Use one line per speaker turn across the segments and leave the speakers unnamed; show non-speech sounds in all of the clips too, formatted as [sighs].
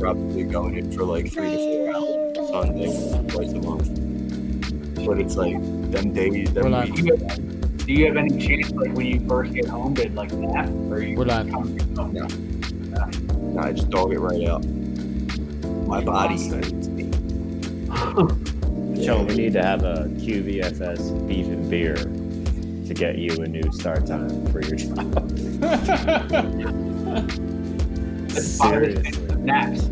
probably going in for like three to four hours on like twice a month. But it's like them days that we
We're live.
Do you, have, do you have any chance, like when you first get home, to like nap? Or you
We're live.
No. Nah, I just dog it right out. My body.
[laughs] Joe, we need to have a QVFS beef and beer to get you a new start time for your [laughs] job. Seriously.
Naps.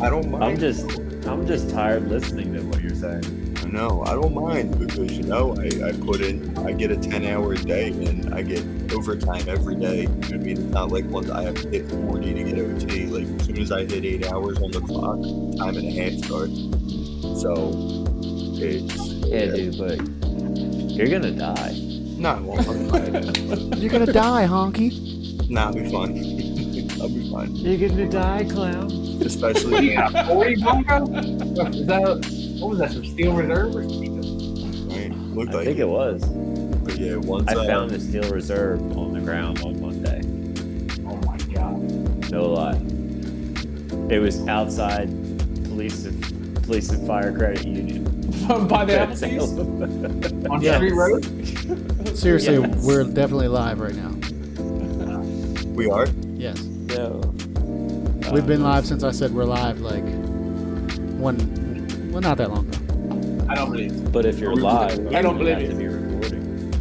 I don't mind.
I'm just I'm just tired listening to what you're saying.
No, I don't mind because you know I, I put in I get a ten hour day and I get overtime every day. You know what I mean? It's not like once I have to hit forty to get OT. Like as soon as I hit eight hours on the clock, time and a half starts. So it's
Yeah, dude, but you're gonna die.
not long.
You're gonna die, honky.
nah, I'll be fine. [laughs] I'll be fine.
You're gonna die, clown.
What do
Especially
you got? Forty Bronco? Is that what was that? Some steel reserve or something?
right? Looked
I
like
think it was.
but yeah, once uh,
I found the steel reserve on the ground on Monday.
Oh my god!
No lie. It was outside police police and fire credit union.
Um, by the
That's
Applebee's.
On
Yeah.
Street Road?
Seriously,
Yes.
we're definitely live right now.
we are.
Yes,
No. um,
we've been live since I said we're live. Like one, well, not that long ago.
I don't believe. it.
But if you're live,
I don't believe
have
it.
to be recording.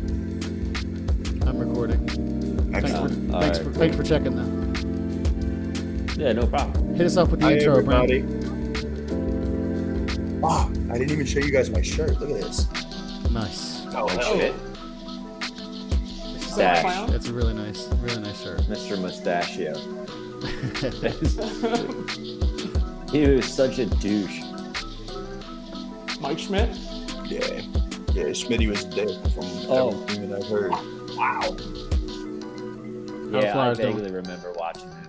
I'm recording. Thanks for,
Excellent.
all
thanks
right.
for thanks for checking that.
Yeah, no problem.
Hit us up with the
Hi,
intro, Brent.
everybody. Oh, I didn't even show you guys my shirt. Look at this.
Oh,
Nice.
Oh,
Oh.
shit.
Is that
Stash.
a clown?
That's a really nice, really nice shirt. [laughs]
Mr. Mustachio. [laughs]
[laughs]
he was such a douche.
Mike Schmidt.
Yeah, yeah. Smitty was dead from
Oh.
everything that I heard.
Yeah, I
Flyers doing?
vaguely remember watching him.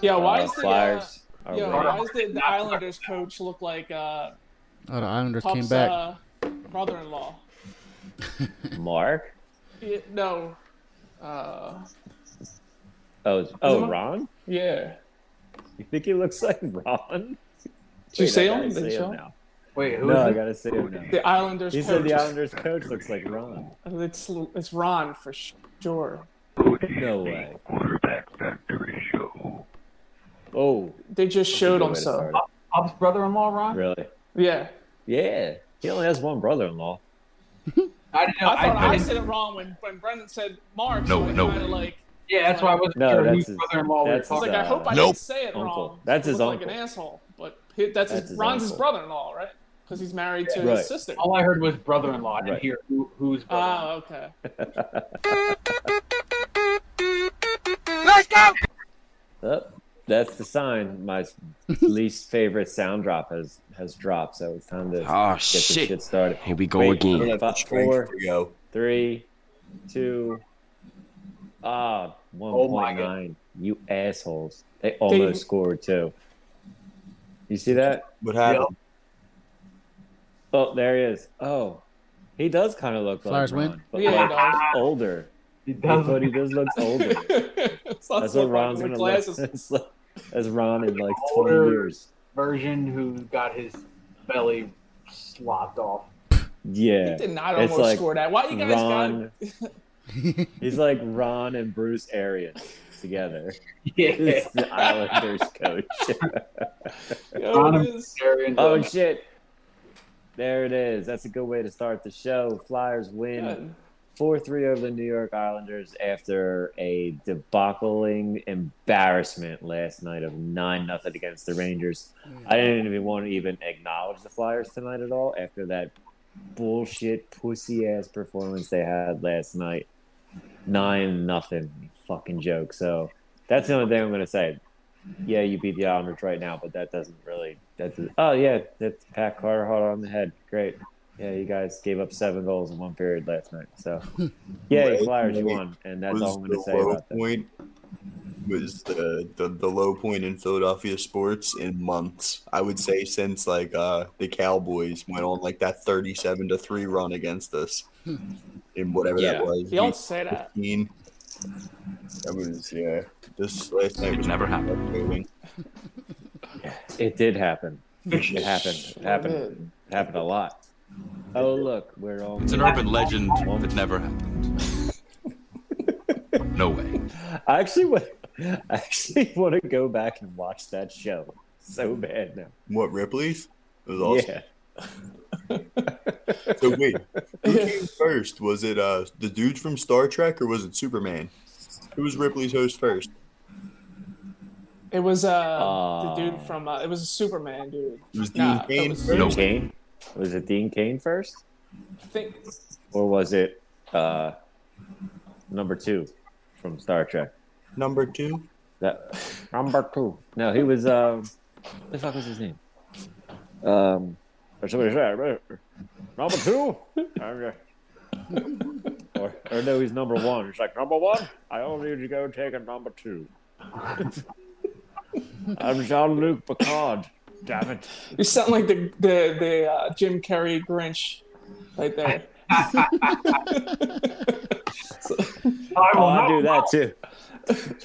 Yeah, why
Uh,
is the uh,
Flyers? are
yeah,
winning.
why does the, the Islanders coach look like uh,
Oh, the Islanders came
Pop's
back.
uh, brother-in-law?
Mark?
Yeah, no. Uh,
Oh,
it
oh,
Mark?
Ron?
yeah.
You think he looks like Ron?
Did you
Wait,
see
I gotta
him? Did you
see
show him?
now.
Wait, who is
No, I
it?
gotta see him now.
The Islanders
He
coach.
said the Islanders coach looks like Ron.
It's it's Ron for sure.
No way. Oh,
They just showed
good
him
way to
so.
start
Pop's brother-in-law,
it.
Ron?
Really?
Yeah.
Yeah. He only has one brother-in-law.
I didn't know.
I thought I,
I,
said it wrong when, when Brendan said Mark. No, so no. Kinda like,
yeah, that's why I wasn't
No,
sure
that's
whose
his-
brother-in-law we were
that's
I was
his,
like,
talking
I
uh,
hope I
Nope.
didn't say it
uncle.
wrong.
That's
It
his
looked like an
uncle.
asshole, but he, that's,
That's
his,
his
Ron's his
uncle.
brother-in-law, right? Because he's married to
Right.
his sister.
All I heard was brother-in-law. I didn't
Right.
hear who, who's brother.
Oh, okay.
Oh, that's the sign.
[laughs]
My least favorite sound drop has has dropped, so it's time to get
Oh
this shit,
shit!
started.
Here we go
Wait,
again.
I have the
Five,
strength
four.
to go.
Three, two, ah,
Oh
one
my
point nine.
God.
You assholes! They almost scored too. You see that?
What happened?
Oh, there he is. Oh, he does kind of look
Flyers
like Ron,
win?
but
Yeah,
like,
he does.
older.
He
He,
does
but he does
[laughs]
look older.
[laughs] That's
That's what Ron's gonna look. [laughs]
glasses.
It's like- That's Ron in like twenty
Older.
years.
version who got his belly slopped off.
Yeah.
He did not
It's
almost
like
score that. Why you guys
Ron.
got
he's like Ron and Bruce Arians together.
Yeah.
He's the Islanders coach. [laughs]
Yo,
Ron
it
and-
is-
Arian
oh
does.
shit! There it is. That's a good way to start the show. Flyers win
Good.
four three over the New York Islanders after a debacling embarrassment last night of nine nothing against the Rangers. I didn't even want to even acknowledge the Flyers tonight at all after that bullshit pussy ass performance they had last night. Nine nothing fucking joke. So that's the only thing I'm gonna say. Yeah, you beat the Islanders right now, but that doesn't really. That's oh yeah, that's Pat Carter hot on the head. Great. Yeah, you guys gave up seven goals in one period last night.
[laughs]
So yeah,
Right.
Flyers, you won, and that's
was
all I'm gonna
the
say
low
about that.
point was the, the the low point in Philadelphia sports in months. I would say since like uh the Cowboys went on like that thirty-seven to three run against us in whatever
Yeah.
that was.
You don't say that.
week 15. That was yeah. This last night
It
was
never happened.
heartbreaking.
It did happen. It happened. It happened.
It
It happened a lot. Oh look, we're all.
It's an urban legend that never happened. No way.
[laughs] I actually want. I actually want to go back and watch that show so bad now.
What Ripley's? It was awesome.
Yeah,
So wait,
[laughs]
who came first? Was it uh the dude from Star Trek or was it Superman? Who was Ripley's host first?
It was uh,
Ah.
the dude from uh, it was a Superman dude.
It was Dean
Nah,
Cain
it was-
first?
No.
Kane. Was it Dean Kane first,
I think
or was it uh, number two from Star Trek?
Number two?
That number two. No, he was. Um, what the fuck was his name? Um, or somebody said number two. or, or no, he's number one. He's like number one. I only need to go take a number two. I'm Jean-Luc Picard. Damn it!
you sound like the the the uh, Jim Carrey Grinch right there. [laughs]
I
Oh,
will
I
not
do that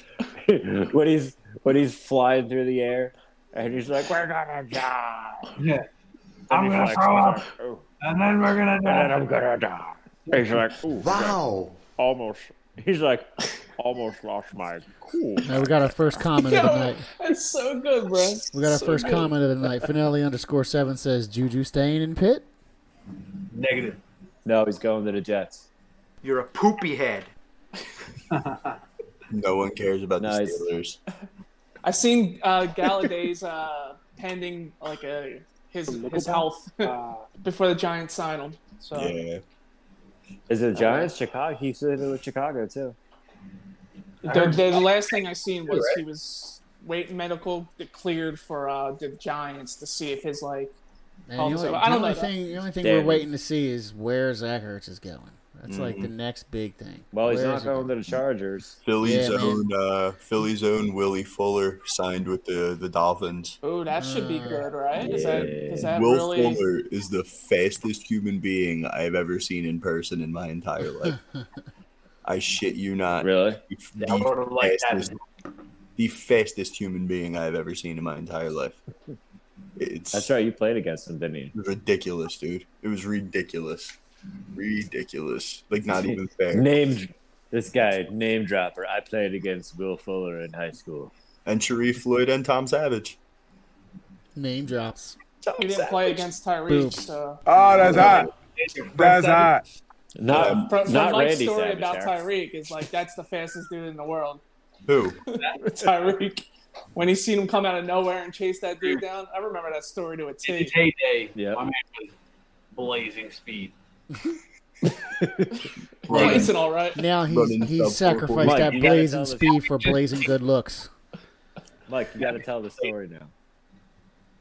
too. [laughs] when he's when he's flying through the air, and he's like, "We're gonna die."
Yeah.
And
I'm
he's
gonna
like-
throw
he's like, "Oh,
And then we're gonna
and
die.
I'm gonna die. He's like, "Ooh,
Wow.
almost." He's like, "Almost lost my cool."
[laughs] Now we got our first comment of the
Yo,
night.
that's so good, bro.
We got our
So
first
good.
comment of the night. Finelli underscore seven says Juju staying in pit.
Negative.
No, he's going to the Jets.
You're a poopy head.
No one cares about the
Nice.
Steelers.
I seen uh, Galladay's uh, [laughs] pending like a his his health
Uh,
before the Giants sign him. So
Yeah.
Is it the Giants? Chicago? He's living with Chicago too.
the, the last thing I seen was he was wait medical cleared for uh, the Giants to see if his like
And
Oh,
the
so
only,
I
the
don't
only
know that.
thing, the only thing
Damn.
we're waiting to see is where Zach Ertz is going. That's like the next big thing.
Mm-hmm. Well, he's
Where
not
is he
going to the Chargers.
Philly's
Yeah, man.
own uh Philly's own Willie Fuller signed with the the Dolphins.
oh that should be
Uh,
good right? Is that is that
Will
really?
Fuller is the fastest human being I have ever seen in person in my entire
[laughs]
life. I shit you not.
Really?
The
I would have liked that.
fastest, the fastest human being I've ever seen in my entire life. It's
That's right. You played against him, didn't you?
ridiculous, dude. It was ridiculous. Ridiculous. Like
[laughs]
not even fair.
Name this guy, name dropper. I played against Will Fuller in high school.
And Sharif Floyd and Tom Savage.
Name drops.
He didn't play against
Boom.
Tyreek, so
Uh,
Oh, that's hot. That's hot.
Not
from, from
not
Mike's
Randy
story
Savage.
about
Harris.
Tyreek is like that's the fastest dude in the
[laughs]
world. [laughs]
Who?
Tyreek, when he seen him come out of nowhere and chase that dude down, I remember that story to a T.
J Day.
Yeah.
My man was blazing speed.
Running.
He's all right.
Now he's
Running
he
sub four
sacrificed
Mike,
that
you gotta
blazing
tell us-
speed
[laughs]
for blazing good looks.
Mike, you got to tell the story now.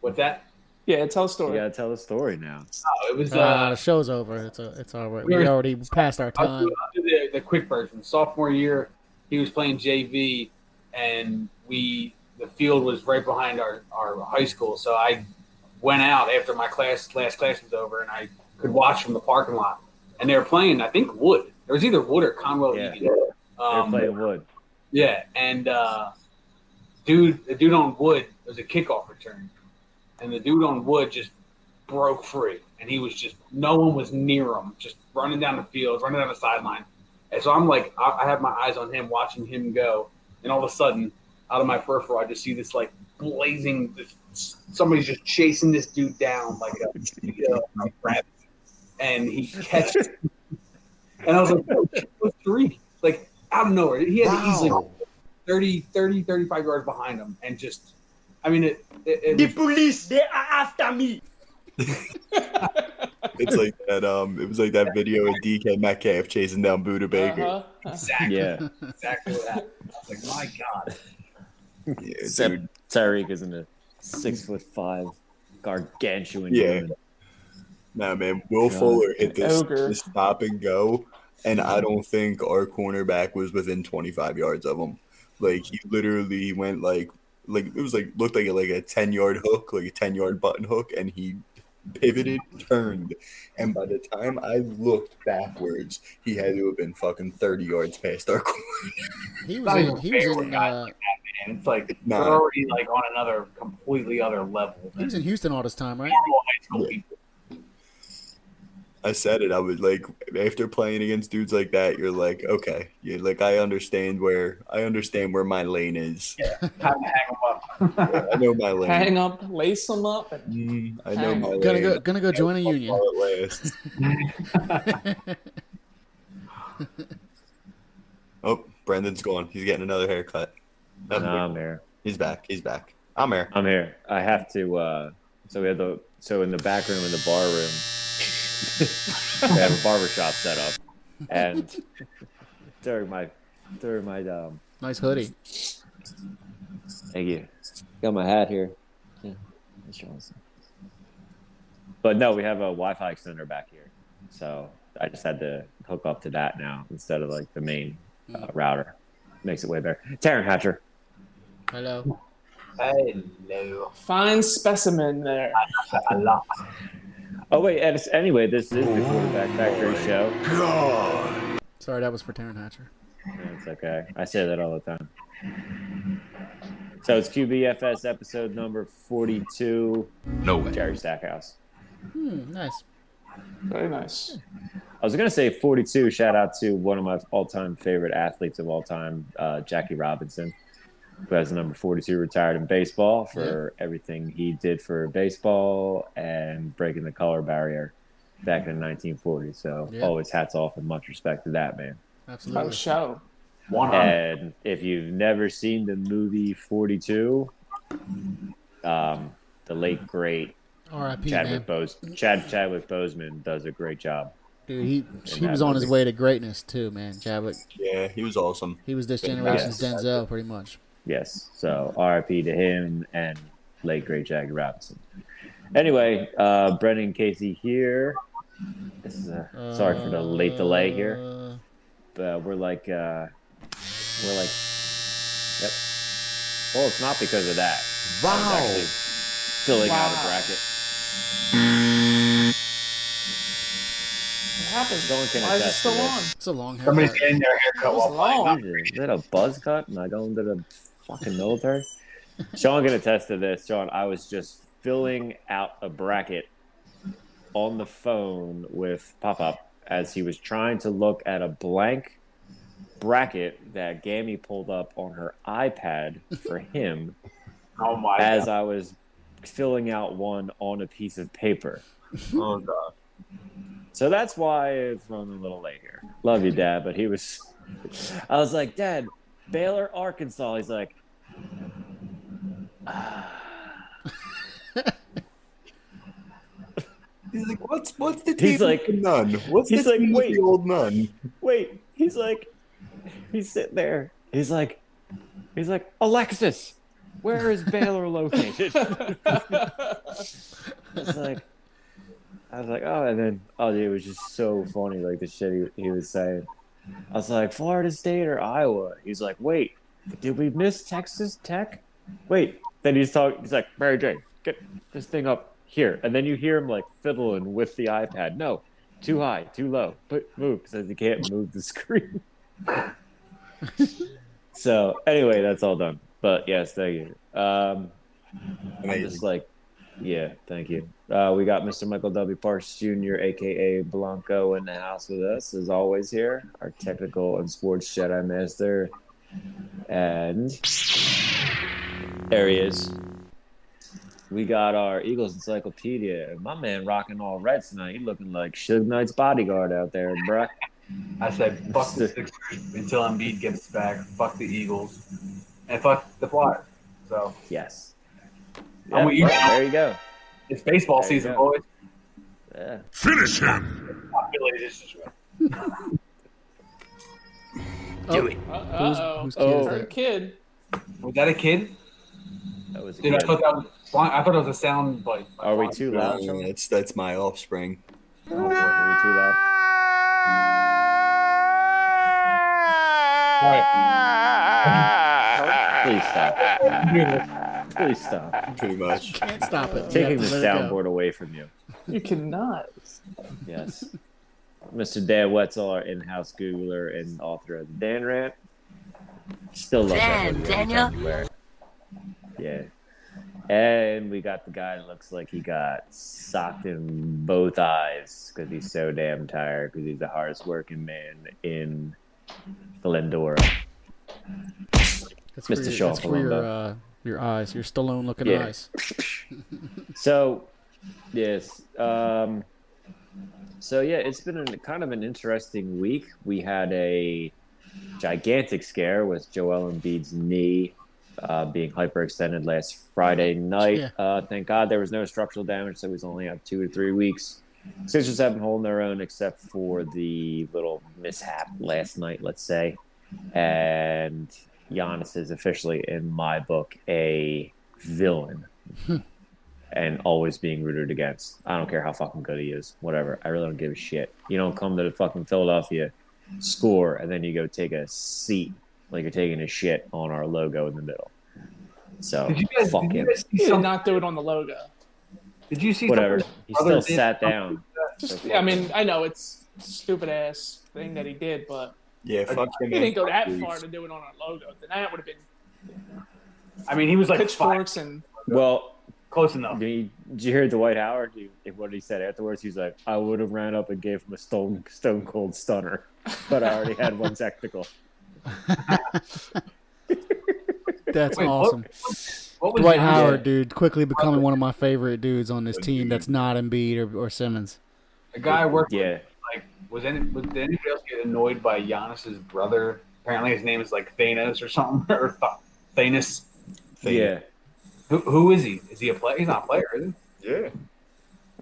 What's that?
Yeah, tell a
You
story.
got to tell the story now.
Oh, it was
Uh,
uh,
the show's over. It's a, it's all right.
we
We
were-
already passed our
I'll
time.
do, I'll do the, the quick version. Sophomore year, he was playing JV, and we the field was right behind our, our high school. So I went out after my class last class was over, and I could watch from the parking lot. And they were playing, I think Wood. There was either Wood or Conwell
Yeah.
Egan.
They're
Um,
playing Wood.
yeah, and uh, dude, the dude on wood it was a kickoff return, and the dude on wood just broke free, and he was just no one was near him, just running down the field, running down the sideline, and so I'm like, I, I have my eyes on him, watching him go, and all of a sudden, out of my peripheral, I just see this like blazing, this, somebody's just chasing this dude down like a, you know, like a rabbit, and he catches, and I was like, oh, shit, what's three? Like out of nowhere, he had to easily.
Wow.
30, 30, 35 yards behind him and just, I mean, it, it,
The
it
police, they are after me.
It's like that. Um, it was like that video of DK Metcalf chasing down Buda Baker.
Uh-huh. Uh,
exactly,
Yeah,
exactly what happened. I was like, my God.
Yeah,
Except
dude.
Tyreek isn't a six foot five gargantuan
Yeah.
human.
No man, Will
God.
Fuller hit this,
Ogre.
this stop and go, and I don't think our cornerback was within 25 yards of him. Like he literally went like like it was like looked like a, like a 10 yard hook, like a 10 yard button hook, and he pivoted, turned, and by the time I looked backwards, he had to have been fucking thirty yards past our corner.
He was
not
in,
even
he was
fair
in
with guys
uh,
like that, man. It's like
Nah.
we're already like on another completely other level
he
than
was in Houston all this time, right?
normal high school
Yeah.
people.
I said it. I was like, after playing against dudes like that, you're like, okay, you like I understand where I understand where my lane is.
Time to hang them up.
I know my lane.
Hang up, lace them up, and
Mm, I know
Hang.
my
Gonna
lane.
go, gonna go join a
I'll
union.
call it last. Oh, Brendan's gone. He's getting another haircut.
No,
That's
I'm here.
He's back. He's back. I'm here.
I'm here. I have to. Uh, so we have the so in the back room in the bar room, [laughs] they have a barber shop set up, and during my during my um,
Nice hoodie.
Thank you. Got my hat here. Yeah, that's Johnson. But no, we have a Wi-Fi extender back here, so I just had to hook up to that now instead of like the main uh, router. Makes it way better. Taryn Hatcher.
Hello.
Hello.
fine specimen there.
I love
Oh wait, and it's- anyway, this is the Quarterback Factory show.
Sorry, that was for Taryn Hatcher.
That's okay. I say that all the time. So it's QBFS episode number forty-two.
No way.
Jerry Stackhouse.
Hmm, nice.
Very nice.
I was gonna say 42. Shout out to one of my all-time favorite athletes of all time, uh, Jackie Robinson, who has the number 42 retired in baseball for everything he did for baseball and breaking the color barrier back in the 1940s. So
Yeah.
always hats off and much respect to that man.
Oh,
No
Absolutely.
show.
one hundred.
And if you've never seen the movie 42, um, the late great
R.I.P. Man.
Chadwick Bos Chad Chadwick Boseman does a great job.
Dude, he he
that
was on his
movie.
way to greatness too, man. Chadwick.
Yeah, he was awesome.
He was this generation's
Yes.
Denzel, pretty much.
Yes. So RIP to him and late great Jackie Robinson. Anyway, uh, Brendan Casey here. This is a, sorry for the late delay here.
Uh,
Uh, we're like, uh, we're like, yep. Well, it's not because of that. I was actually filling out
Wow.
a bracket.
What happened?
Someone can
Why is it
attest
still
to
on?
this.
It's a long hair.
Somebody's getting their haircut
It was
while
long.
Jesus, is that a buzz cut? And I go into the fucking military. Sean can attest to this. Sean, I was just filling out a bracket on the phone with Pop Up as he was trying to look at a blank bracket that Gammy pulled up on her iPad for him
Oh my god.
as I was filling out one on a piece of paper.
[laughs] Oh god.
So that's why it's running a little late here. Love you, Dad, but he was. I was like, Dad, Baylor, Arkansas. He's like,
He's like, what's what's the
He's
team
like-
with the nun? What's
he's
the
like,
team with
wait.
the old nun?
wait. He's like, he's sitting there. He's like, he's like, Alexis, where is [laughs] Baylor located? It's like, I was like, oh, and then, oh, dude, it was just so funny, like the shit he, he was saying. I was like, Florida State or Iowa? He's like, wait, did we miss Texas Tech? Wait. Then he's talking, he's like, Mary Jane, get this thing up here. And then you hear him like fiddling with the iPad. No, too high, too low. Put move says he can't move the screen. so anyway, that's all done. But yes, thank you. Um, I'm
Amazing.
just like, yeah, thank you. Uh, we got Mr. Michael W. Parks Jr., aka Blanco, in the house with us as always here. Our technical and sports Jedi master, and there he is. We got our Eagles Encyclopedia. My man rocking all red tonight. He looking like Suge Knight's bodyguard out there, bruh.
I said,
[laughs]
fuck the Sixers until Embiid gets back. Fuck the Eagles, and fuck the Flyers. So
Yes.
I'm with you.
well, there you go.
it's baseball
There you
season,
go.
boys.
Yeah.
I feel like this is
Do
Uh
Who's,
oh.
whose kid is
Oh.
Her
that?
kid.
Was that a kid?
That was a
Dude, I
good.
thought that was. I thought it was a sound bite.
Are we too loud?
Yeah, that's that's my offspring.
Oh, boy, are we too loud?
All right.
Please stop.
Dude,
Please stop
pretty much.
Can't stop it. You
taking the
have to let it go.
soundboard away from you.
You cannot.
Yes. Mr. Dan Wetzel, our in-house Googler and author of the Dan Rant. Still love
Dan,
that.
Daniel.
Daniel. Yeah. And we got the guy that looks like he got socked in both eyes because he's so damn tired because he's the hardest working man in Glendora.
That's
Mr.
For your,
Shaw
that's for your,
Palumbo.
uh, your eyes, your Stallone looking
Yeah.
eyes.
So, yes. Um, so yeah, it's been an, kind of an interesting week. We had a gigantic scare with Joel Embiid's knee uh, being hyperextended last Friday night.
Yeah.
Uh, thank God there was no structural damage, so he's only up two to three weeks. Sixers haven't holding their own except for the little mishap last night, let's say. And Giannis is officially, in my book, a villain
Hmm.
and always being rooted against. I don't care how fucking good he is, whatever. I really don't give a shit. You don't come to the fucking Philadelphia, score, and then you go take a seat like you're taking a shit on our logo in the middle. So
Did you guys,
fuck
did you
him.
guys see
You did
something?
not do it on the logo.
Did you see
Whatever.
something?
He still
Other than-
sat down.
Just, I mean, I know it's stupid ass thing that he did, but
Yeah, fuck him.
he didn't go that
Please.
far to do it on our logo. Then that would have been
I mean, he was like five,
pitchforks and
Well,
close enough.
did you, did you hear Dwight Howard? Do you- what he said afterwards? He's like, I would have ran up and gave him a stone stone cold stunner, but I already had
[laughs]
one technical.
That's
Wait, what-
awesome.
What was
Dwight
the-
Howard, dude, quickly becoming one of my favorite dudes on this team. That's not Embiid or, or Simmons.
The guy I worked with,
Yeah.
like, was any was did anybody else get annoyed by Giannis's brother? Apparently, his name is like Thanos or something, [laughs] or Th- Thanos.
Yeah.
Who, who is he? Is he a player? He's not a player, is he?
Yeah.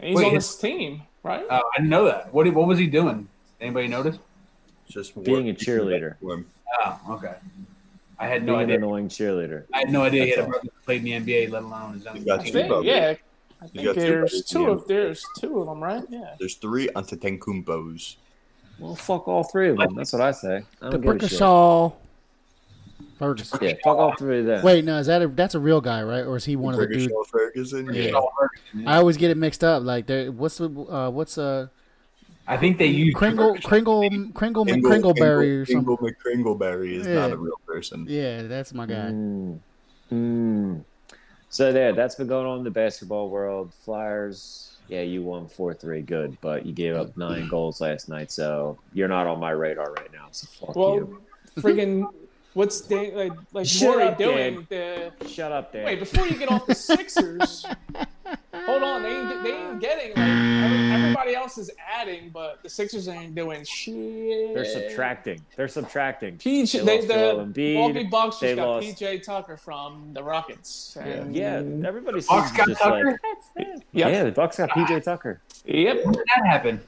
he's
Wait,
on
his-
this team, right?
Oh, I didn't know that. What what was he doing? Anybody notice?
Just
Being a
work.
cheerleader.
Oh, okay. I had no
Being an
idea.
annoying cheerleader.
I had no idea he had a
That's all.
brother that played in the NBA, let alone his own
He's got
I
team.
two
think, yeah. I
got
think
two
there's
brothers,
two
yeah.
of there's two of them, right? Yeah.
There's three Antetokounmpos.
Well, fuck all three of them. That's what I say. I don't
The
give a
Brick
shit.
Shaw. Ferguson.
Yeah, fuck all three of them.
Wait, no, is that a, that's a real guy, right? Or is he one of the dudes?
Shaw Ferguson.
Yeah.
Yeah.
Shaw Ferguson, yeah.
I always get it mixed up. Like, there, what's the uh, what's uh,
I think they used
Kringle Kringle Kringle McKringleberry or something?
Kringle McKringleberry is not
Yeah.
a real person.
Yeah, that's my guy.
Mm. Mm. So there, that's been going on in the basketball world. Flyers, yeah, you won four three, good, but you gave up nine goals last night, so you're not on my radar right now. So fuck
Well,
you.
friggin' what's Dan, like like
Shut
Maury
up,
doing? The,
Shut up, Dan.
wait, before you get off the Sixers, hold on. They ain't, they ain't getting like every- everybody else is adding, but the Sixers ain't doing shit.
They're subtracting. They're subtracting. They
PJ, they,
lost Joel
the
Embiid.
Milwaukee Bucks
They
just got
lost-
PJ Tucker from the Rockets. And
Yeah, everybody
Bucks
seems
got
just
Tucker?
like yeah. The Bucks got PJ Tucker
Yep.
When did that happen?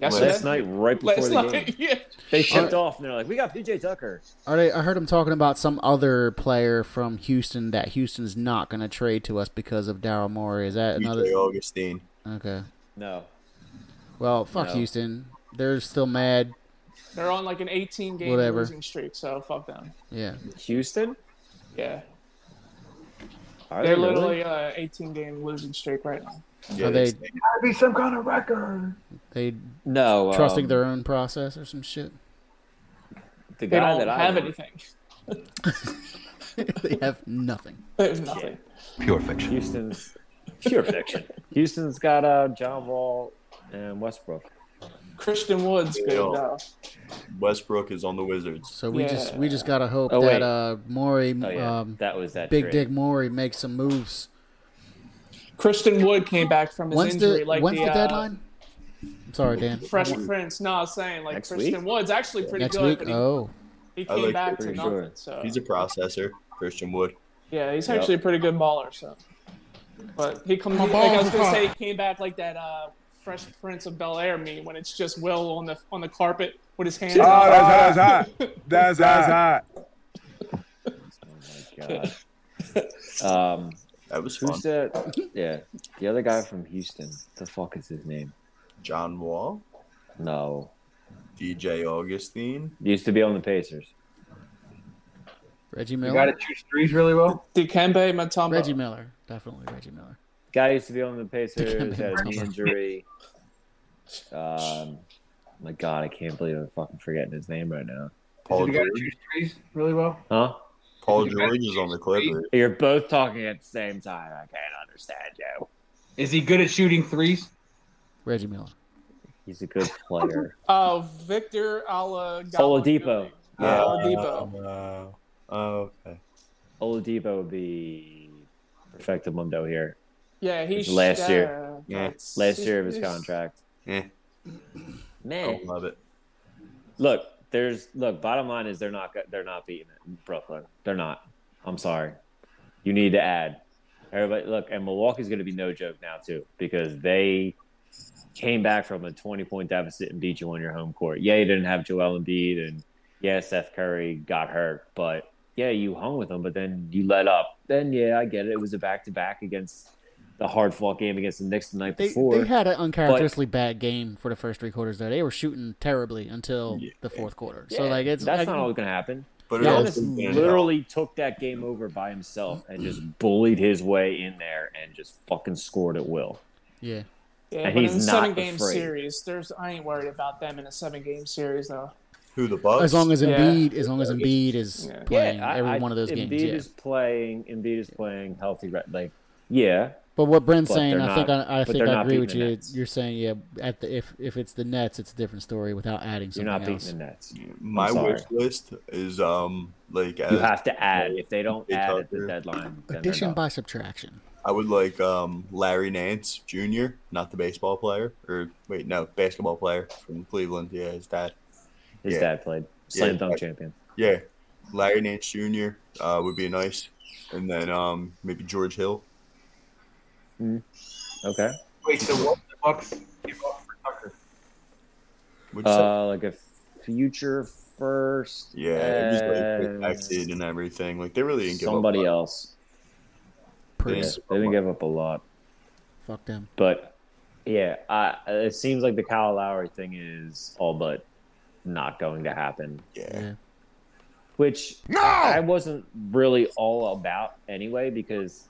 That's
last
what
night, right
that-
before the
last
game.
night, [laughs] Yeah.
They tipped off and they're like, "We got PJ Tucker."
Are they, I heard him talking about some other player from Houston that Houston's not going to trade to us because of Daryl Morey. Is that another?
PJ Augustine.
Okay.
No,
Well, fuck
No.
Houston. They're still mad.
They're on like an 18 game
Whatever.
losing streak, so fuck them.
Yeah.
Houston.
Yeah.
Are
They're
they really?
literally uh, 18 game losing streak right now.
Yeah,
Are they-
that's-
Gotta be some kind of record.
They
no
trusting
um,
their own process or some shit. [laughs]
the
They
guy
don't
that I
have
know-
anything. [laughs]
[laughs]
they have nothing.
There's nothing.
Pure fiction.
Houston's [laughs] pure fiction. Houston's got uh, John Wall and Westbrook.
Christian Woods, good
don't.
enough.
Westbrook is on the Wizards.
So we just we just gotta hope
Oh, wait.
that uh Morey,
Oh yeah,
um,
that was that
Big
trade.
Dick Morey, makes some moves.
Christian Wood came back from his
When's
injury.
the
like
when's the,
uh,
deadline? I'm sorry,
[laughs]
Dan.
Fresh Prince. No, I was saying like
Next
Christian
week?
Wood's actually pretty
Next
good,
week.
but he,
Oh,
he
I
came
like
back to
pretty
nothing.
sure.
So
He's a processor, Christian Wood.
yeah, he's
Yep.
actually a pretty good baller. So, but he come
My
like I
balls
was gonna
are
say, he came back like that uh, Fresh Prince of Bel Air me when it's just Will on the on the carpet with his hands.
Oh,
out.
that's hot. That's hot. That's, that's hot.
Oh my god. [laughs] Um,
That was fun.
who's the? Yeah, the other guy from Houston. The fuck is his name?
John Wall,
No,
DJ Augustine.
he used to be on the Pacers.
Reggie
You
Miller.
got to choose threes really well.
Dikembe Mutombo.
Reggie Miller, definitely Reggie Miller.
Guy used to be on the
Can't [laughs]
Pacers,
be
had a knee
wrong.
injury. Um, my God, I can't believe I'm fucking forgetting his name right now.
Paul
you got to
George.
choose threes really well.
Huh?
Paul
You gotta
George is on the Clippers.
You're both talking at the same time. I can't understand you.
Is he good at shooting threes?
Reggie Miller.
He's a good player.
Oh, Victor Ala.
Oladipo.
Yeah. Oladipo.
Oh, oh, okay.
Oladipo would be perfected mundo here.
Yeah, he's
Last year.
uh,
Yeah,
it's-
Last year of his
it's-
contract.
Yeah,
Man,
Oh.
don't love it.
look, there's look. Bottom line is they're not go- they're not beating it, Brooklyn. They're not. I'm sorry. You need to add everybody. Look, and Milwaukee's going to be no joke now too because they came back from a 20 point deficit and beat you on your home court. Yeah, you didn't have Joel Embiid, and yeah, Seth Curry got hurt, but yeah, you hung with them. But then you let up. Then yeah, I get it. It was a back to back against the hard fought game against the Knicks the night
They,
before.
they had an uncharacteristically bad game for the first three quarters there. They were shooting terribly until
Yeah.
the fourth quarter.
Yeah,
so like it's
that's
I-
not always going to happen.
But it
Yeah,
also
Giannis
didn't help.
literally took that game over by himself and just bullied his way in there and just fucking scored at will.
yeah.
Yeah,
And
but
he's
in a
not
seven game
afraid.
series, there's I ain't worried about them in a seven game series though. [laughs]
who the Bucks.
As long as
Yeah.
Embiid, as long as Embiid is
Yeah.
playing
I-
every
I-
one of those
Embiid
games. Yeah.
is playing. Embiid is playing healthy. right? Like, yeah,
But what Brent's
But
saying,
they're
I think
not-
I, I
but
think
they're
I
not
agree with
beating the
you.
Nets.
You're saying yeah, at the if if it's the Nets, it's a different story without adding
you're
something
not beating
else.
the Nets. You
my
I'm sorry.
wish list is um like as,
have to add. If they don't
They
add
talk
at the
to-
deadline, then they're
Addition
not.
by subtraction.
I would like um Larry Nance Jr., not the baseball player, or wait, no, basketball player from Cleveland. Yeah, his dad.
his
yeah.
dad played slam
Yeah,
dunk
like-
champion.
Yeah, Larry Nance Jr. Uh, would be nice, and then um maybe George Hill.
Okay,
Wait, so what the Bucks give up for Tucker?
Which
uh, like a future first.
yeah, it was
and
like protected and everything. Like they really didn't give
uh, somebody
up.
else.
Yeah.
Pricks.
They didn't give up a lot.
Fuck them.
But yeah, I, it seems like the Kyle Lowry thing is all but not going to happen,
Yeah.
Yeah.
which I wasn't really all about anyway because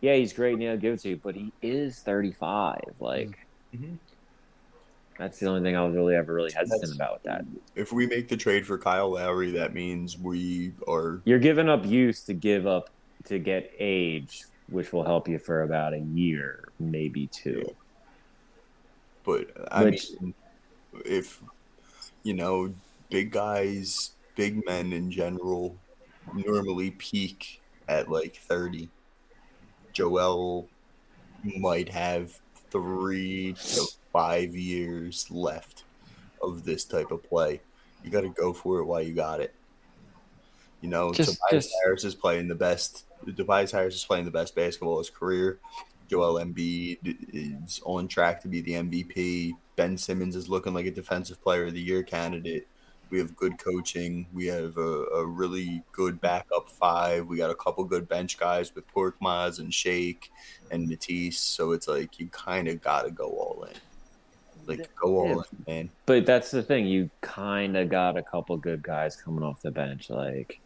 yeah, he's great and he'll give it to you, but he is 35. Like
Mhm.
that's the only thing I was really ever really hesitant
That's-
about with that.
If we make the trade for Kyle Lowry, that means we are
You're giving up use to give up to get age, which will help you for about a year, maybe two.
But I
Which-
mean, if you know, big guys, big men in general, normally peak at like thirty. Joel might have three to five years left of this type of play. You got to go for it while you got it. You know,
Just-
Tobias
just-
Harris is playing the best. Tobias Harris is playing the best basketball of his career. Joel Embiid is on track to be the MVP. Ben Simmons is looking like a Defensive Player of the Year candidate. We have good coaching. We have a, a really good backup five. We got a couple good bench guys with Porkmaz and Shake and Matisse. So it's like you kind of got to go all in. Like go all
Yeah.
in, man.
But that's the thing. You kind of got a couple good guys coming off the bench. Like,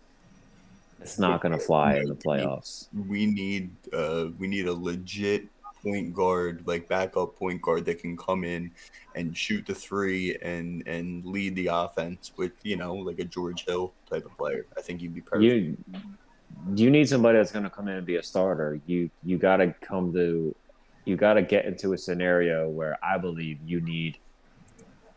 it's not going to fly in the playoffs.
we need uh we need a legit point guard like backup point guard that can come in and shoot the three and and lead the offense with you know like a George Hill type of player. I think he'd be perfect.
You you need somebody that's going to come in and be a starter. You you got to come to you got to get into a scenario where I believe you need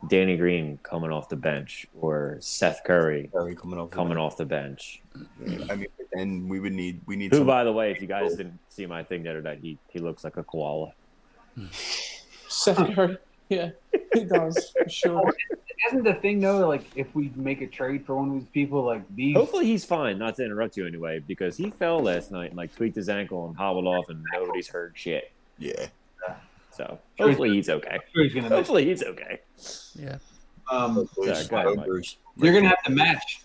Danny Green coming off the bench or Seth Curry
Curry coming off the
coming
bench.
off the bench.
I mean, but then we would need we need
Who,
some,
by the way, if you guys didn't see my thing the other night, he he looks like a koala.
Seth Curry, yeah, he does for sure.
Isn't the thing though, like if we make a trade for one of these people, like these,
Hopefully he's fine. Not to interrupt you anyway, because he fell last night and like tweaked his ankle and hobbled off, and nobody's heard shit.
yeah.
So hopefully he's
[laughs]
okay.
I'm sure he's gonna miss.
Hopefully he's okay.
Um,
Those
go ahead, Mike.
numbers.
you're gonna have to match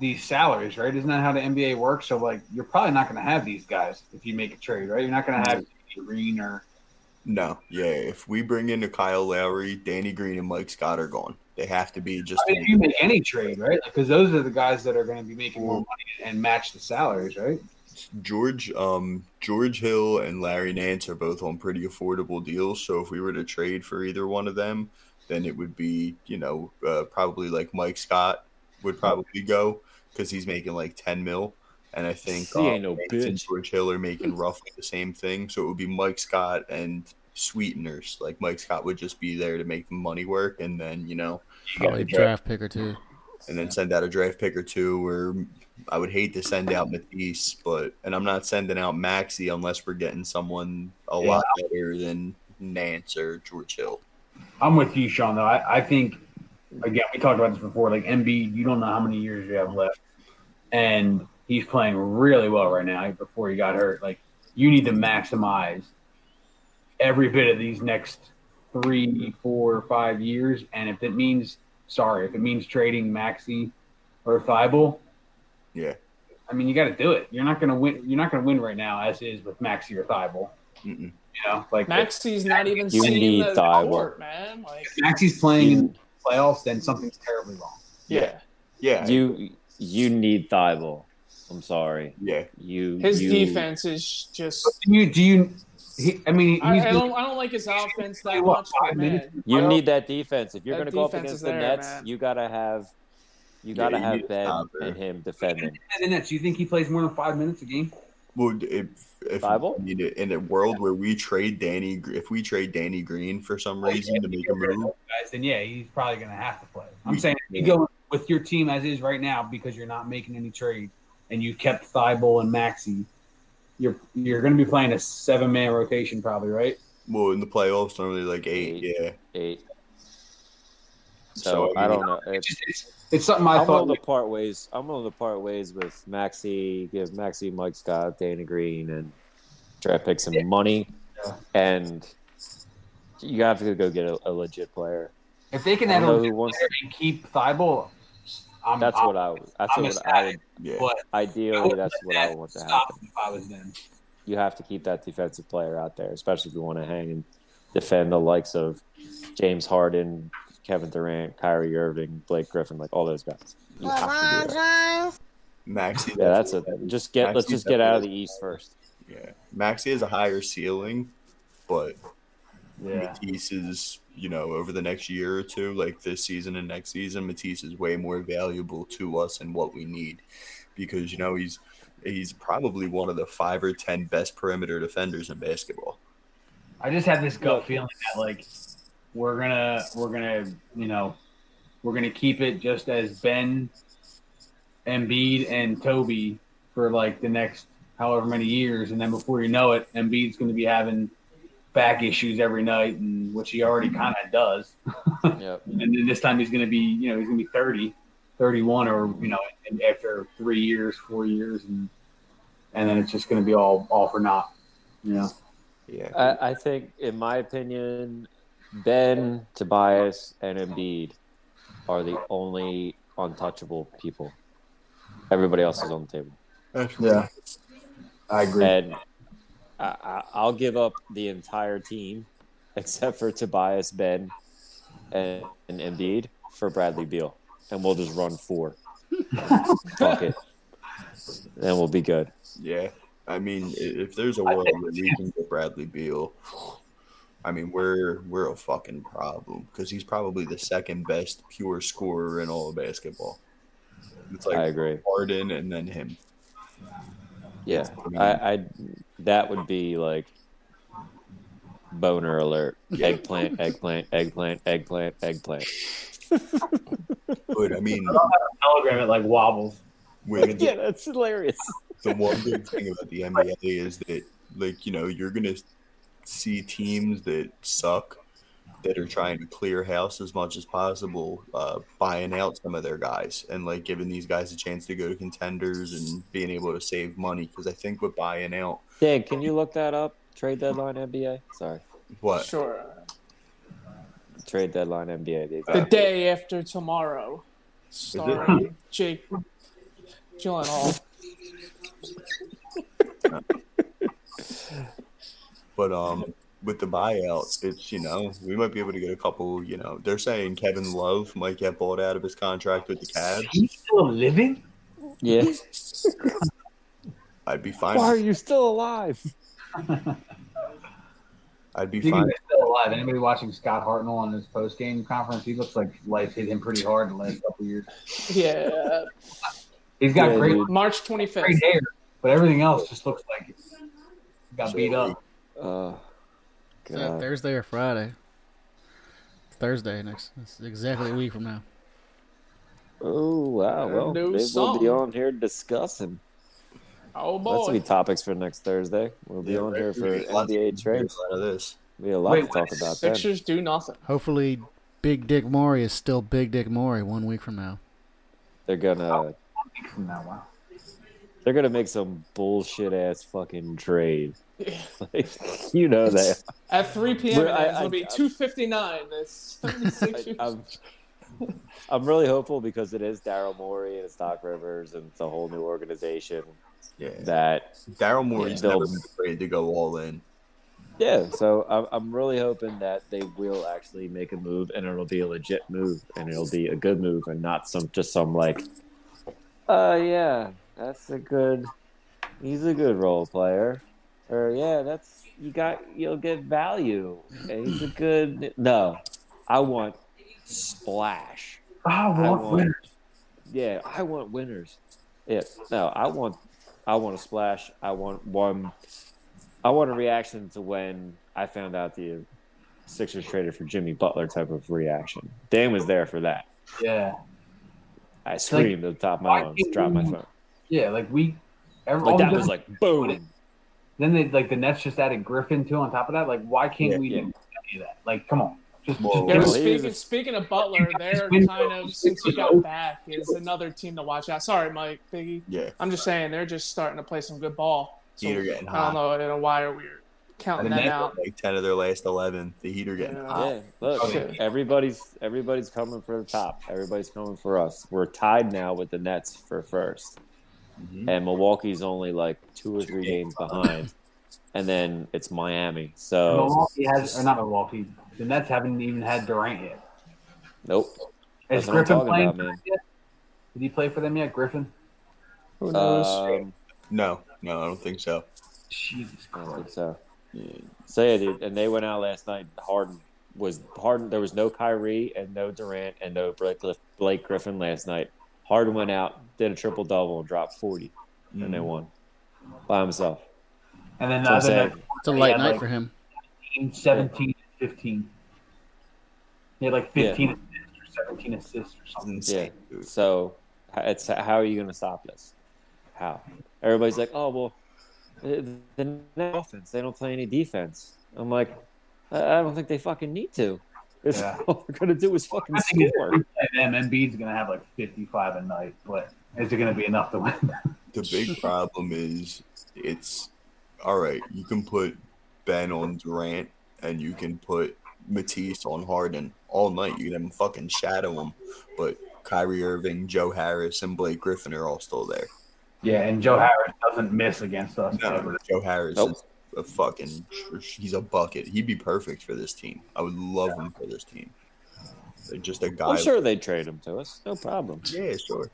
these salaries, right? Isn't that how the NBA works? So like, you're probably not gonna have these guys if you make a trade, right? You're not gonna have Green or
No, yeah. If we bring in the Kyle Lowry, Danny Green, and Mike Scott are gone. They have to be just.
I mean, if you make any trade, right? Because those are the guys that are going to be making more money and match the salaries, right?
George, um, George Hill and Larry Nance are both on pretty affordable deals. So if we were to trade for either one of them, then it would be you know uh, probably like Mike Scott would probably go because he's making like ten mil, and I think um,
He ain't no
Nance
bitch.
and George Hill are making roughly the same thing. So it would be Mike Scott and sweeteners. Like Mike Scott would just be there to make the money work, and then you know
Probably draft pick or two.
and then send out a draft pick or two. Or I would hate to send out Matisse, but and I'm not sending out Maxi unless we're getting someone a lot better than Nance or George Hill.
I'm with you, Sean. Though I, I think again we talked about this before. Like Embiid, you don't know how many years you have left, and he's playing really well right now. Before he got hurt, like you need to maximize every bit of these next three, four, five years. And if it means sorry, if it means trading Maxi or Thibault,
Yeah.
I mean you got to do it. You're not gonna win. You're not gonna win right now as is with Maxi or Thibault.
Mm-mm.
You know, like
Maxi's not even
You
seeing
need
the
Thibault.
court, man. Like,
if Maxi's playing in the playoffs, then something's terribly wrong.
yeah,
Yeah.
You you need Thibault. I'm sorry.
yeah.
You
his
you-
defense is just.
Do you? Do you? He, I mean, he's
I, I don't. I don't like his offense that
What,
much, but
five minutes?
man.
You
Well,
need that defense. If you're
that
going to go up
defense is
against the
there,
Nets,
man.
you gotta have you
Yeah,
gotta
you need
have
a
Ben
stopper.
and him defending.
And then, do you think he plays more than five minutes a game?
Well, if if
Thibault?
I mean, in a world where we trade Danny, if we trade Danny Green for some
Oh,
reason to make a move,
Guys, then yeah, he's probably going to have to play. I'm
We-
saying if you go with your team as is right now because you're not making any trade and you kept Thibault and Maxi. You're you're going to be playing a seven man rotation probably, right?
well, in the playoffs normally like eight,
Eight.
yeah.
Eight.
So,
So I don't know. It's,
Just- It's, it's something I
I'm
thought.
willing to part ways. I'm willing to part ways with Maxi. Give Maxi, Mike Scott, Dana Green, and draft pick some money,
Yeah.
and you have to go get a, a legit player.
if they can
I
add
don't know
a
who wants.
and keep Thibault, I'm,
That's
I'm,
what I. would- That's
I'm
what I would.
Yeah.
[laughs]
But
Ideally, that's what I would want to
stop
happen.
if I was them.
you have to keep that defensive player out there, especially if you want to hang and defend the likes of James Harden, Kevin Durant, Kyrie Irving, Blake Griffin, like all those guys. You have to do that.
Maxi,
Yeah, that's it. Just get let's just get out of the East first.
yeah. Maxi has a higher ceiling, but
Yeah.
Matisse is, you know, over the next year or two, like this season and next season, Matisse is way more valuable to us and what we need because you know he's he's probably one of the five or ten best perimeter defenders in basketball.
I just have this gut feeling that like we're gonna we're gonna you know we're gonna keep it just as Ben, Embiid, and Toby for like the next however many years, and then before you know it, Embiid's gonna be having back issues every night, and which he already kind of does.
Yep.
And then this time he's gonna be you know he's gonna be 30, 31, or you know and after three years, four years, and and then it's just gonna be all all for naught. You know.
Yeah.
I, I think, in my opinion, Ben, Tobias, and Embiid are the only untouchable people. Everybody else is on the table.
Yeah. I agree.
And I, I, I'll give up the entire team [laughs] except for Tobias, Ben, and, and Embiid for Bradley Beal, and we'll just run four. Fuck it, and we'll be good.
Yeah, I mean, i- if there's a world where we can get Bradley Beal, I mean, we're we're a fucking problem because he's probably the second best pure scorer in all of basketball. It's
I
like
agree.
Harden and then him.
Yeah, I, I that would be like boner alert. Eggplant, eggplant, eggplant, eggplant, eggplant.
But I mean,
Telegram it like wobbles.
with
[laughs] Yeah, that's hilarious.
the one good thing about the NBA is that, like, you know, you're gonna see teams that suck that are trying to clear house as much as possible, uh, buying out some of their guys and like giving these guys a chance to go to contenders and being able to save money. Because I think with buying out,
Dan, can you look that up? Trade deadline NBA. Sorry,
what
Sure.
trade deadline NBA.
uh,
The
The
exact-
day after tomorrow, starring Jake Gyllenhaal.
But um, with the buyout, it's you know we might be able to get a couple. You know, they're saying Kevin Love might get bought out of his contract with the Cavs.
He's still living?
Yeah.
I'd be
Why are
fine.
you still alive?
I'd be
Speaking
fine.
of still alive, anybody watching Scott Hartnell on his post game conference? He looks like life hit him pretty hard the last couple years.
Yeah.
He's got
Yeah,
great
dude.
March 25th.
great hair, but everything else just looks like it got beat up.
Oh,
Is that
God.
Thursday or Friday? It's Thursday next. It's exactly a week from now.
Oh, wow. Well,
Knew
maybe we'll
something.
be on here discussing.
Oh,
That's
boy.
going to be topics for next Thursday. We'll be
Yeah,
on
right.
here for
There's lots of-
NBA trades.
There's a lot of this.
We have a lot
Wait,
to talk about then.
Sixers do nothing.
Hopefully, Big Dick Maury is still Big Dick Maury one week from now.
They're gonna
From that wow.
they're gonna make some bullshit ass fucking trade. [laughs] Like, you know that.
At 3 p.m.,
We're- I-
it'll
I-
be
I-
2.59. That's
[laughs]
76
I,
years.
I'm, I'm really hopeful because it is Daryl Morey and it's Doc Rivers and it's a whole new organization
Yeah,
that
Daryl Morey's
Yeah.
never been afraid to go all
[laughs]
in.
yeah. So I'm, I'm really hoping that they will actually make a move and it'll be a legit move and it'll be a good move and not some just some like, uh yeah, that's a good, he's a good role player. Or yeah, that's you got you'll get value. And he's a good no. I want splash.
I
I
want
want-
winners.
Yeah, I want winners. Yeah, no, I want, I want a splash. I want one. I want a reaction to when I found out the Sixers traded for Jimmy Butler type of reaction. Dan was there for that.
Yeah.
I screamed at the top of my
why
lungs,
can't
dropped my
we-
phone.
Yeah, like we every,
Like
all
that
the-
was like boom.
then they like the Nets just added Griffin too on top of that. Like why can't
Yeah,
we
yeah.
do any of that? Like come on. Just, just
Whoa.
Yeah,
do
but
Well,
it.
he is a- [laughs]
speaking, speaking of Butler, they're
window.
kind of since he got back is another team to watch out. Sorry, Mike Biggie.
Yeah,
I'm just saying they're just starting to play some good ball. So,
Heat are getting
I
hot.
don't know. I don't know why we're counting
The
that
Nets-
out.
Like ten of their last eleven, the Heat are getting
Yeah.
hot.
Yeah, look,
Okay.
everybody's everybody's coming for the top. Everybody's coming for us. We're tied now with the Nets for first.
Mm-hmm.
Mhm.
and Milwaukee's only like two or three games behind, and then it's Miami. So
Milwaukee has or not Milwaukee. The Nets haven't even had Durant yet.
nope,
Is
That's what I'm
Griffin
talking
playing
about,
for
man.
them yet? Did he play for them yet, Griffin?
Who knows?
um,
No, no, I don't think so.
Jesus
I don't think
Christ.
so.
Yeah.
uh, So yeah, dude, and they went out last night. Harden was Harden. There was no Kyrie and no Durant and no Blake, Blake Griffin last night. Harden went out, did a triple double, and dropped forty, and
Mm,
Mm-hmm.
they won by himself.
And then the
So I'm
other
saying,
night,
It's a light
Yeah,
night
like-
for him.
15, 17, 15. He had like 15 assists or 17 assists or
It's
something.
insane, dude.
So h- it's how are you going to stop this? How? Everybody's like, oh well, the, the net offense. They don't play any defense. I'm like, I I don't think they fucking need to. It's
Yeah.
[laughs] all they're going to do is fucking
I think if we
score.
play them, Embiid's going to have like 55 a night, but is it going to be enough to win? [laughs]
The
[laughs]
big problem is it's all right. You can put Ben on Durant, and you can put Matisse on Harden all night. You can have them fucking shadow him, but Kyrie Irving, Joe Harris, and Blake Griffin are all still there.
Yeah, and Joe Harris doesn't miss against us.
No,
ever.
Joe Harris
Nope.
is a fucking he's a bucket. He'd be perfect for this team. I would love him for this team. They're just a guy.
I'm sure they trade him to us. No problem.
Yeah, sure.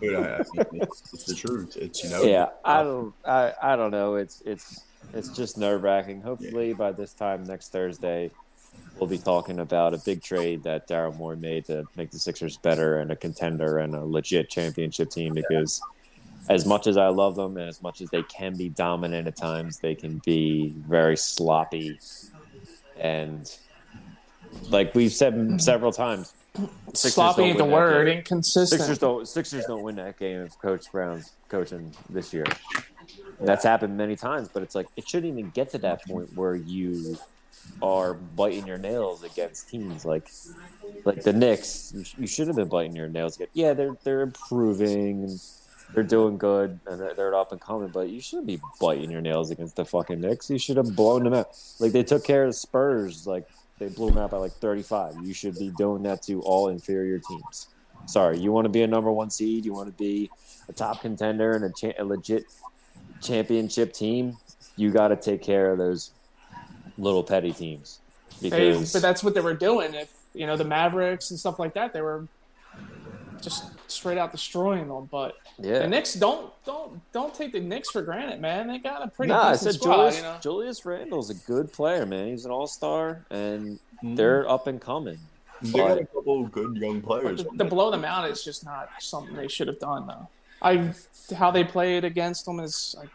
But I, I mean, it's, it's the truth. It's you know.
Yeah, I don't. I, I don't know. It's it's it's just nerve wracking. Hopefully, by this time next Thursday, we'll be talking about a big trade that Daryl Moore made to make the Sixers better and a contender and a legit championship team. Because as much as I love them and as much as they can be dominant at times, they can be very sloppy and like we've said several times. Sixers
Sloppy
don't
ain't the
win that
word.
game.
Inconsistent.
Sixers don't Sixers don't win that game if Coach Brown's coaching this year. That's happened many times, but it's like it shouldn't even get to that point where you are biting your nails against teams like like the Knicks. You sh- You should have been biting your nails. against- Yeah, they're they're improving and they're doing good and they're, they're up and coming, but you shouldn't be biting your nails against the fucking Knicks. You should have blown them out. Like they took care of the Spurs. Like they blew them out by like thirty five. You should be doing that to all inferior teams. Sorry, you want to be a number one seed, you want to be a top contender and a, cha- a legit championship team, you got to take care of those little petty teams
They-
because
but that's what they were doing. If you know the Mavericks and stuff like that, they were just straight out destroying them. But the
yeah.
Knicks don't don't don't take the Knicks for granted, man. They got a pretty
Nah, I
decent
said
squad,
Julius,
you know.
Julius Randle's a good player, man. He's an all star, and they're up and coming.
They got a couple of good young
But
players.
to, to blow them out is just not something they should have done, though. I how they played against them is like,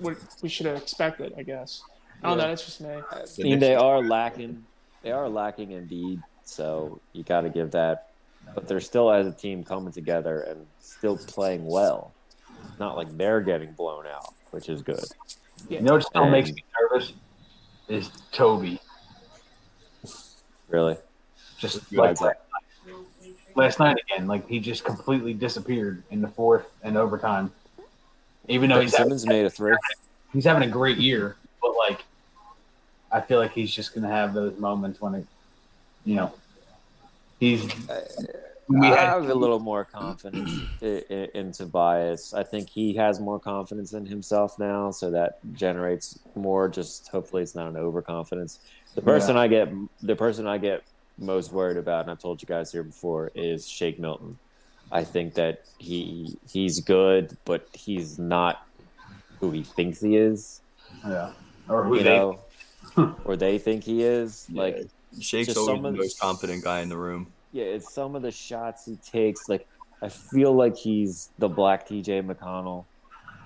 what we should have expected, I guess. I don't
Yeah.
know. That's just me.
I mean, they are lacking. They are lacking Embiid, so you got to give that. But they're still as a team coming together and still playing well. It's Not like they're getting blown out, which is good.
You know what still
And-
makes me nervous is Toby.
Really,
Just
Yeah,
like
I-
last night again, like he just completely disappeared in the fourth and overtime. Even though
Ben
he's having,
Simmons made a three.
he's having a great year, but like I feel like he's just gonna have those moments when it, you know, he's. We
I
had,
have a little more confidence in, in, in Tobias. I think he has more confidence in himself now, so that generates more. Just hopefully, it's not an overconfidence. The person I get, the person I get most worried about, and I've told you guys here before, is Shake Milton. I think that he he's good, but he's not who he thinks he is.
yeah, or who
You
they
know,
[laughs]
or they think he is. Like
Shake's
just
always the
someone-
most competent guy in the room.
yeah, it's some of the shots he takes. Like, I feel like he's the black TJ McConnell.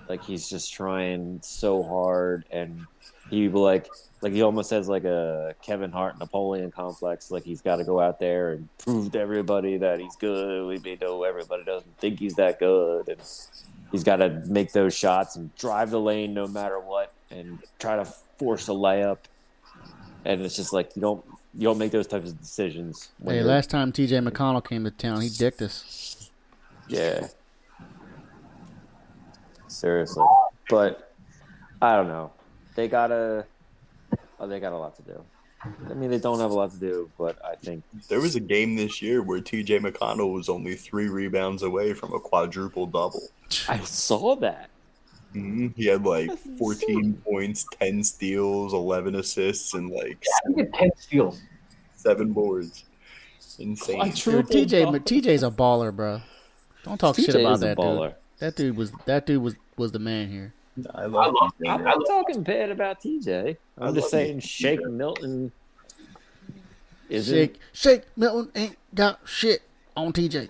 Like he's just trying so hard, and he like like he almost has like a Kevin Hart Napoleon complex. Like he's got to go out there and prove to everybody that he's good. We may know everybody doesn't think he's that good, and he's got to make those shots and drive the lane no matter what, and try to force a layup. And it's just like you don't you don't make those types of decisions.
Hey,
you're-
last time T.J. McConnell came to town, he dicked us.
Yeah. Seriously. But I don't know. They gotta oh, they got a lot to do. I mean they don't have a lot to do, but I think
There was a game this year where T.J. McConnell was only three rebounds away from a quadruple double.
I saw that.
hmm He had
[laughs]
like 14 points, 10 steals, 11 assists, and like
he had ten steals.
seven boards. Insane.
A
Dude,
triple
T.J.
double.
Ma- T.J.'s a baller, bro. Don't talk shit
TJ
about
is a
that dude.
baller.
That dude was that dude was was the man here.
I
I
love
love
TJ,
I,
man.
I
I'm
love
talking bad about TJ.
I
I'm just
love
saying Shake Milton is
Shake, shake, Milton ain't got shit on T.J.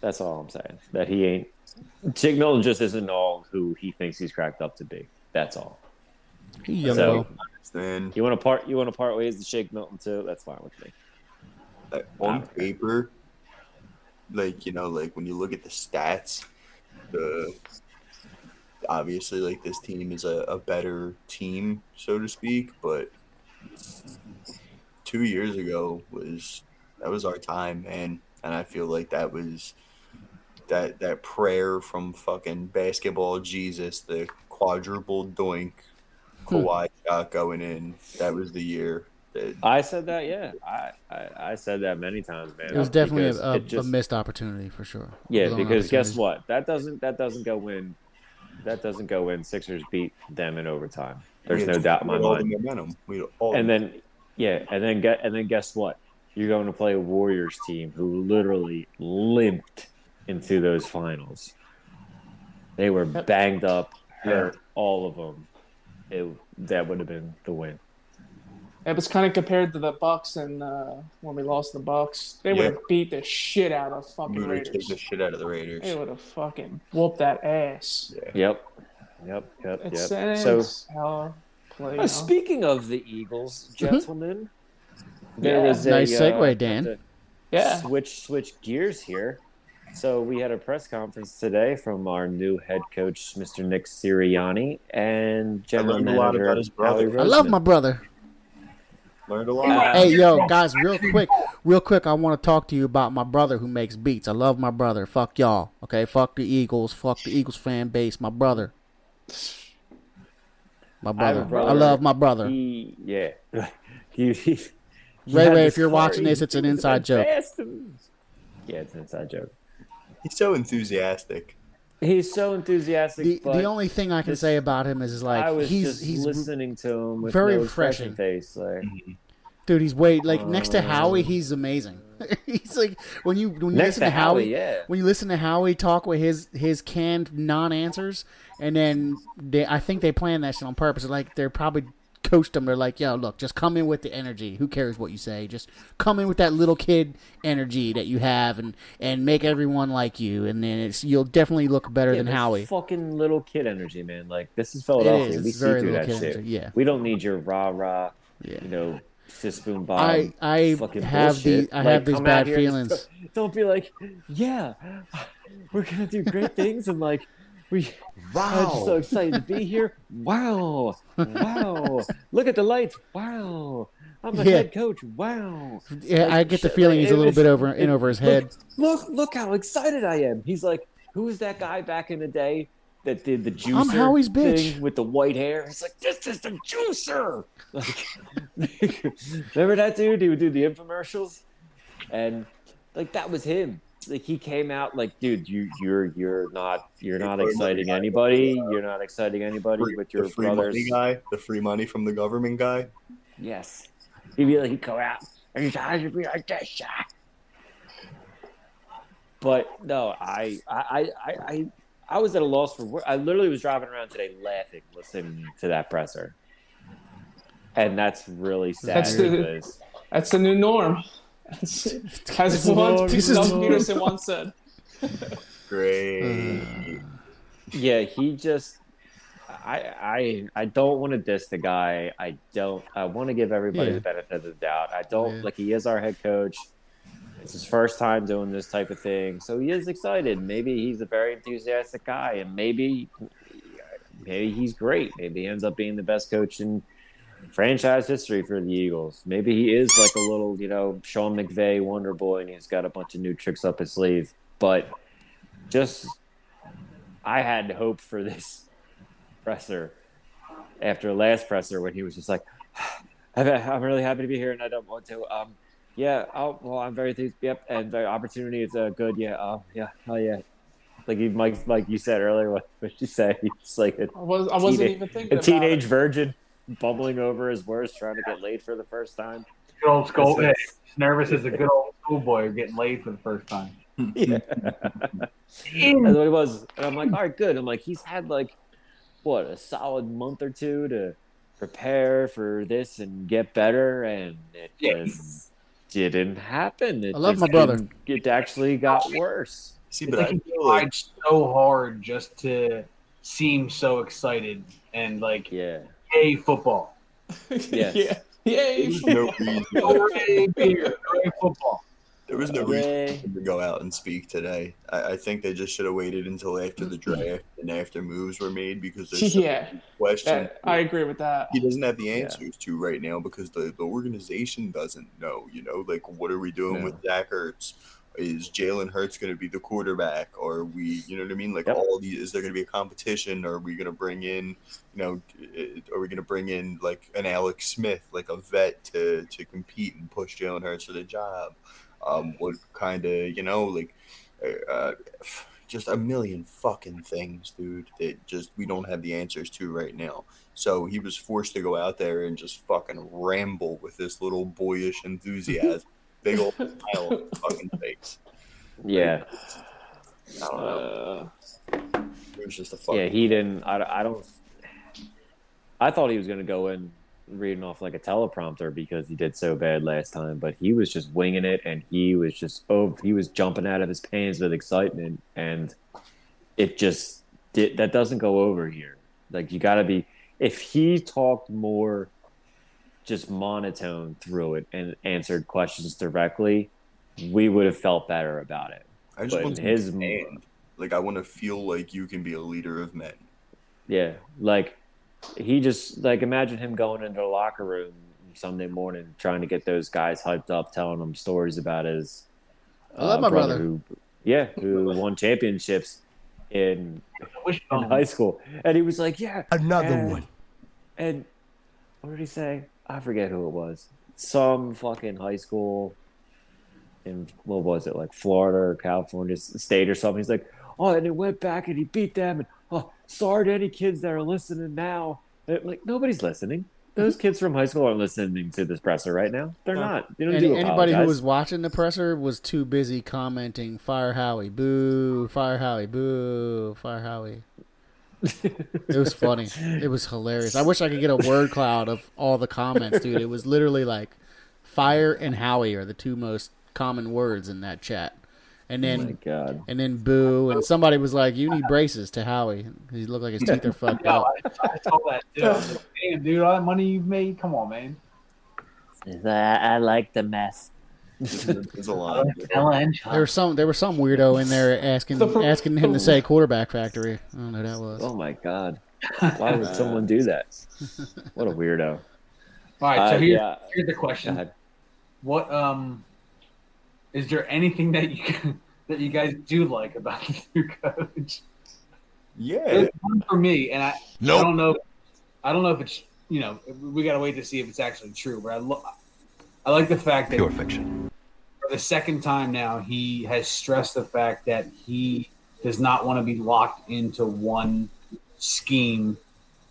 that's all I'm saying. That he ain't Shake Milton just isn't all who he thinks he's cracked up to be. That's all.
He young
So-
boy.
Then
You wanna part you wanna part ways to Shake Milton too? That's fine with me.
like, on paper, like you know, like when you look at the stats, the obviously like this team is a, a better team, so to speak. But two years ago was that was our time, man, and I feel like that was that that prayer from fucking basketball Jesus, the quadruple doink,
Hmm.
Kawhi shot going in. That was the year that
I said that, yeah. I, I, I said that many times, man.
It was definitely
Because
a, a,
it just-
a missed opportunity for sure. It
yeah.
was an
Because guess
opportunity.
what? That doesn't that doesn't go win. That doesn't go win. Sixers beat them in overtime. There's
Yeah,
no doubt in my
with all the
mind.
momentum. We all
And then yeah, and then get and then guess what? You're going to play a Warriors team who literally limped into those finals. They were banged up, hurt, all of them. It, that would have been the win.
It was kind of compared to the Bucks and uh, when we lost the Bucks, they would have
Yeah.
beat the shit out of fucking
we would take
Raiders.
the shit out of the Raiders.
They would have fucking whooped that ass.
Yep. Yep. Yep.
It's
yep.
so how play.
Uh, speaking of the Eagles, gentlemen, there
Mm-hmm. Yeah.
was a
Nice segue,
uh,
Dan.
the-
yeah,
Switch switch gears here. So we had a press conference today from our new head coach, Mr. Nick Sirianni, and general
learned a lot
manager
about his brother.
Howie
I love
Roseman.
my brother.
Learned a lot.
Uh,
Hey, yo, guys, real quick, real quick, I want to talk to you about my brother who makes beats. I love my brother. Fuck y'all. Okay, fuck the Eagles. Fuck the Eagles fan base. My brother. My
I have a
brother. I,
brother.
love my brother.
He, yeah. [laughs] he, he, he
Ray
had
Ray,
this
if you're watching
story.
this, it's an
He was
inside joke.
best of- Yeah, it's an inside joke.
He's so enthusiastic.
He's so enthusiastic.
The,
but
the only thing I can
this-
say about him is
I
like
was
he's
just
he's
listening to him with
very
no
refreshing.
expression face. Like
dude. He's way like next to Howie, he's amazing. [laughs] he's like when you when you
Oh. next
listen
to Howie,
Howie
yeah.
when you listen to Howie talk with his his canned non-answers, and then they, I think they plan that shit on purpose. Like they're probably coached them. They're like, "Yo, look, just come in with the energy. Who cares what you say? Just come in with that little kid energy that you have, and and make everyone like you, and then it's you'll definitely look better
Yeah,
than
that's
Howie."
Fucking little kid energy, man. Like this is Philadelphia.
It is.
We
It's
see
very
through
little
that
kid
shit.
energy, yeah.
We don't need your rah rah.
Yeah.
You know, fist spoon bomb.
I I
fucking
have
bullshit.
the I
Like,
have these
come out
bad
here and
feelings.
just- [laughs] Don't be like, yeah, [laughs] we're gonna do great things, and like we. I'm just so excited to
[laughs]
be here. Wow. Wow. Look at the lights. Wow. I'm the
Yeah.
head coach. Wow.
yeah, I get the
shit,
feeling
like,
he's a
it
little
was-
bit over in over his head.
Look, look how excited I am. He's like, who is that guy back in the day that did the juicer
I'm Howie's
thing
bitch.
with the white hair? He's like, this is the juicer. Like, [laughs] remember that dude? He would do the infomercials, and like that was him. Like he came out like, dude, you you're you're not you're not exciting anybody. You're not exciting anybody
uh, Free-
with your
the free
brothers.
money guy, the free money from the government guy.
Yes. He'd be like, he'd go out and he's like, be like this shot. But no, I, I, I, I- I, I was at a loss for words. I literally was driving around today laughing, listening to that presser. And that's really sad.
That's the-
because-
That's the new norm. [laughs] As
This is
one,
norm. This is
Doug
norm.
Peterson once said.
Great.
yeah, he just, I, I, I don't want to diss the guy. I don't. I want to give everybody
Yeah.
the benefit of the doubt. I don't
Yeah.
like. He is our head coach. It's his first time doing this type of thing, so he is excited. Maybe he's a very enthusiastic guy, and maybe, maybe he's great. Maybe he ends up being the best coach in franchise history for the Eagles. Maybe he is like a little, you know, Sean McVay wonder boy, and he's got a bunch of new tricks up his sleeve. But just, I had hope for this presser after last presser when he was just like, [sighs] "I'm- "I'm really happy to be here, and I don't want to." Um, yeah. Oh, well, I'm very enthused. Yep, and the opportunity is uh, good. Yeah. Oh, yeah. Oh, yeah. Like you, Mike, like you said earlier, what what you say? [laughs] He's like a,
I, was, I wasn't
Teenage-
even thinking
a
about
teenage
it.
virgin bumbling over his words, trying to get laid for the first time.
Good old school.
That's-
hey, he's nervous as a good old schoolboy getting laid for the first time.
[laughs] Yeah.
Mm-hmm.
That's what it was. And I'm like, all right, good. I'm like, he's had like what a solid month or two to prepare for this and get better, and it
Yeah.
just didn't happen. It
I love
just
my brother.
didn't- It actually got worse.
See,
It's
but
[laughs]
like
I
he
feel like
tried so hard just to seem so excited and like,
Yeah,
yay football,
[laughs]
Yes.
yeah. Yay.
there's
[laughs]
[laughs]
no reason.
Hooray, beer, Hooray, football.
There was no reason
Hooray.
to go out and speak today. I, I think they just should have waited until after the
Mm-hmm.
draft and after moves were made because
[laughs]
there's yeah.
yeah.
question
that- I agree with that.
he doesn't have the answers to right now because the, the organization doesn't know. You know, like what are we doing
No.
with Zach Ertz? Is Jalen Hurts going to be the quarterback? Are we, you know what I mean? Like
Yep.
all these, is there going to be a competition? Are we going to bring in, you know, it- are we going to bring in like an Alex Smith, like a vet to to compete and push Jalen Hurts for the job? Um, what kind of, you know, like uh, just a million fucking things, dude, that just we don't have the answers to right now. So he was forced to go out there and just fucking ramble with this little boyish enthusiasm, big old smile on his fucking face.
Yeah.
I don't know.
Uh,
It was just a fucking.
Yeah, he didn't. I, I don't. I thought he was going to go in reading off like a teleprompter because he did so bad last time, but he was just winging it, and he was just oh, he was jumping out of his pants with excitement, and it just did, that doesn't go over here. Like you got to be. If he talked more, just monotone through it and answered questions directly, we would have felt better about it.
I just
But
want
his
man. Like I want to feel like you can be a leader of men.
Yeah, like he just like imagine him going into the locker room Sunday morning trying to get those guys hyped up, telling them stories about his uh,
I love my brother.
who, yeah, who won championships in
I wish
in
um,
high school, and he was like, yeah,
Another
and, And what did he say? I forget who it was. Some fucking high school in what was it, like Florida or California s- state or something. He's like, oh, and it went back and he beat them. And oh, sorry to any kids that are listening now. And, like nobody's listening. Those kids from high school aren't listening to this presser right now. They're not. They don't
Any,
do
anybody who
apologize.
was watching the presser was too busy commenting "Fire Howie, boo! Fire Howie, boo!
[laughs]
Fire Howie." it was funny. It was hilarious. I wish I could get a word cloud of all the comments, dude. It was literally like "fire" and "Howie" are the two most common words in that chat, and
Oh my
then
god!
and then "boo," and somebody was like, "You need braces" to Howie. He looked like his teeth are fucked
No,
up.
I, I saw that too. I
[laughs]
was like, Damn, dude, all that money you've made. Come on, man.
I like the mess.
It's a lot.
[laughs]
There was some there was some weirdo in there
[laughs]
asking asking him to say quarterback factory. I don't know who that was.
Oh my god! Why would someone do that? [laughs] What a weirdo!
All right, so
Uh,
here,
yeah.
here's the question:
God.
What um, is there anything that you that you guys do like about [laughs] the new coach?
Yeah.
There's one for me, and I, I
Nope.
don't know. I don't know if it's you know we gotta wait to see if it's actually true. But I lo- I like the fact that
Pure fiction.
for the second time now he has stressed the fact that he does not want to be locked into one scheme,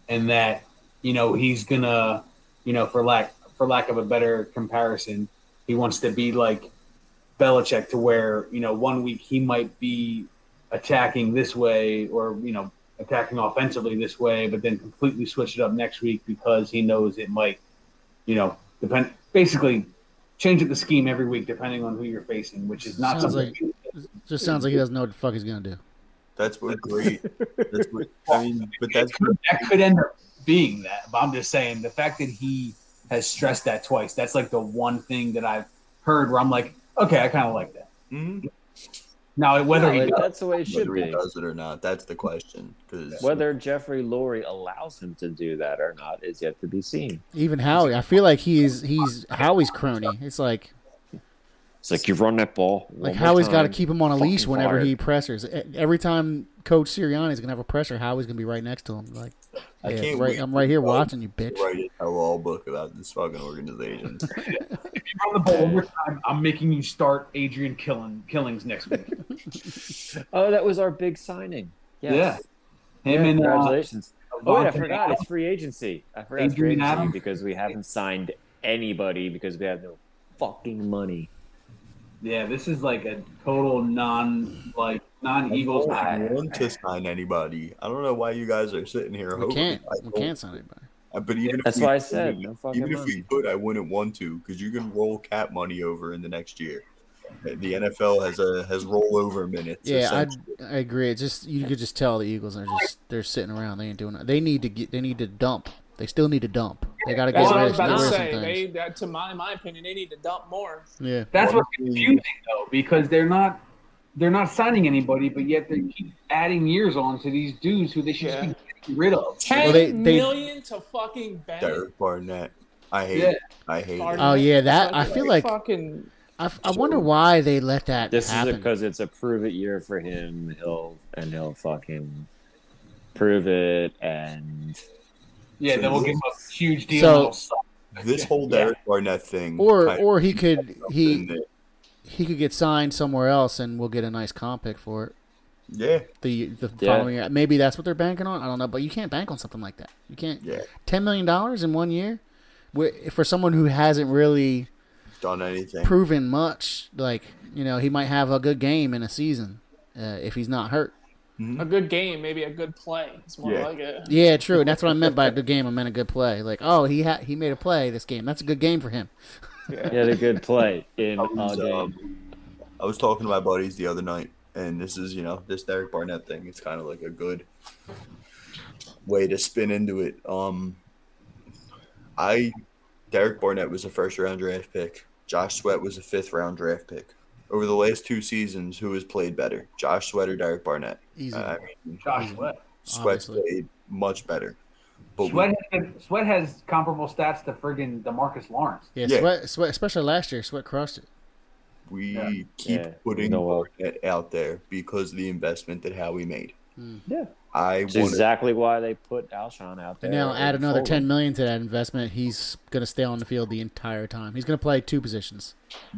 and that you know he's gonna you know for lack for lack of a better comparison, he wants to be like Belichick to where you know one week he might be attacking this way or you know attacking offensively this way, but then completely switch it up next week because he knows it might you know depend basically change up the scheme every week depending on who you're facing, which is not
Sounds
something.
Just sounds like he doesn't know what the fuck he's gonna do.
That's what great. That's what I mean. But that's
It could- that could end up being that. But I'm just saying the fact that he has stressed that twice. That's like the one thing that I've heard where I'm like, okay, I kind of like that.
Mhm.
Now whether
No,
he
it-
does,
that's the way it should
whether he
be.
does it or not. That's the question. Because
Whether Jeffrey Lurie allows him to do that or not is yet to be seen.
Even Howie, I feel like he's he's Howie's crony. It's like
It's like you run that ball.
like Howie's got to keep him on a
Fucking
leash whenever
fired.
he pressers. E- Every time Coach Sirianni's gonna have a presser, Howie's gonna be right next to him. Like,
I
yeah,
can't
right,
wait
I'm right here
to-
watching you, bitch.
write a tell-all book about this fucking organization.
if you run the ball one more time, I'm making you start Adrian Killing Killings next
[laughs]
week.
Oh, that was our big signing. Yes.
Yeah.
Yeah,
Him and uh,
congratulations. Oh, wait, I
Devontae
forgot. It's free agency. I forgot it's
Adrian
free agency
Adams.
because we haven't signed anybody because we have no fucking money.
Yeah, this is like a total non like non Eagles.
I don't want to sign anybody. I don't know why you guys are sitting here.
We
hoping
can't
I
we
don't.
can't sign anybody.
Uh, But even if
That's
we
why I
could,
said
even-
no fucking
even if we
money.
could, I wouldn't want to because you can roll cap money over in the next year. The the NFL has a has rollover minutes.
Yeah, I
essentially.
I agree. It's just you could just tell the Eagles are just they're sitting around. They ain't doing. They need to get. They need to dump. They still need to dump. They got to get
That's what I
rid
was
of get
about
rid
to
of some
say.
things.
They, that, to my my opinion, they need to dump more.
Yeah.
That's what's
One thing-
confusing though, because they're not they're not signing anybody, but yet they keep adding years on to these dudes who they should
Yeah.
be getting rid of.
Ten
they-
million
they-
to fucking Bennett.
Derek Barnett. I hate.
Yeah.
It. I hate. It.
Barnett.
Oh yeah, that I
Fucking-
feel like
fucking
I, I wonder why they let that
This is
happen.
because it's a prove it year for him. He'll and he'll fucking prove it and
Yeah, then we'll give him a huge deal.
So-
and it'll suck.
This whole Derek Barnett thing,
or
kind of
or he could
something
he
that-
he could get signed somewhere else and we'll get a nice comp pick for it
yeah,
the the
Yeah.
following year. Maybe that's what they're banking on. I don't know, but you can't bank on something like that. You can't.
Yeah.
Ten million dollars in one year, Wi- for someone who hasn't really
done anything.
proven much. Like you know, he might have a good game in a season uh, if he's not hurt.
a good game, maybe a good play. It's more
Yeah.
like it.
Yeah, true. And that's what I meant by a good game. I meant a good play. Like, oh, he ha- he made a play this game. That's a good game for him.
he had a good play in
I
a
was,
game.
um, I was talking to my buddies the other night, and this is, you know, this Derek Barnett thing. It's kind of like a good way to spin into it. Um, I, Derek Barnett was a first round draft pick. Josh Sweat was a fifth round draft pick. Over the last two seasons, who has played better, Josh Sweat or Derek Barnett?
Easy.
I mean,
Josh Sweat.
Sweat's
Obviously.
played much better. But we-
Sweat has, Sweat has comparable stats to friggin' Demarcus Lawrence.
yeah,
yeah.
Sweat, sweat, especially last year, sweat crushed it.
we
Yeah.
keep
Yeah,
putting
Noel.
Barnett out there because of the investment that Howie made. I
Which
wanted-
is exactly why they put Alshon out there.
And now add
in
another
[laughs]
forward.
ten million to that investment. He's gonna stay on the field the entire time. He's gonna play two positions.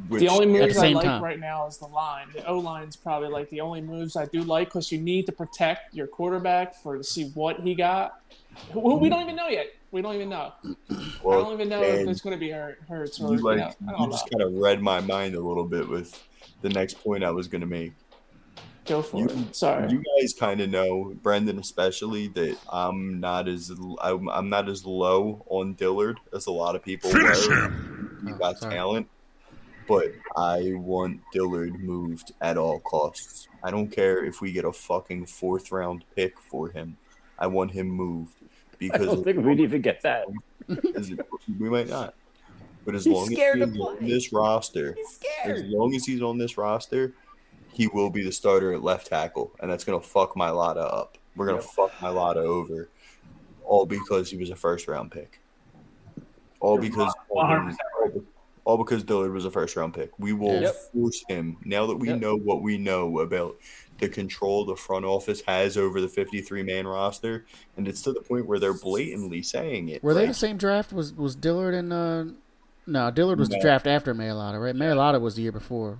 which-
the only
At
moves
the
I
same
like
time.
right now is the line. The O line's probably like the only moves I do like because you need to protect your quarterback for to see what he got. Who we don't even know yet. We don't even know. I
well,
don't even know if
and
it's going to be hurt, hurts or
you like
you know, I
you
don't know.
just kind of read my mind a little bit with the next point I was going to make.
Go for
you-
it. Sorry.
You guys kind of know Brendan, especially that I'm not as I'm, I'm not as low on Dillard as a lot of people.
Finish
were.
him.
He
Oh,
got
sorry.
talent, but I want Dillard moved at all costs. I don't care if we get a fucking fourth round pick for him. I want him moved
I
because
don't think we'd even get that.
as- we might not. But as
He's
long as
scared to
he's on
play.
this roster,
He's
as long as he's on this roster, he will be the starter at left tackle, and that's gonna fuck my Lotta up. We're gonna fuck my Lotta over, all because he was a first round pick. All because
100%
all because Dillard was a first round pick. We will
Yep.
force him now that we
Yep.
know what we know about the control the front office has over the 53 man roster, and it's to the point where they're blatantly saying it.
Were they
like,
the same draft? Was was Dillard and uh, no Dillard was the
No.
draft after Maylotta, right? Maylotta was the year before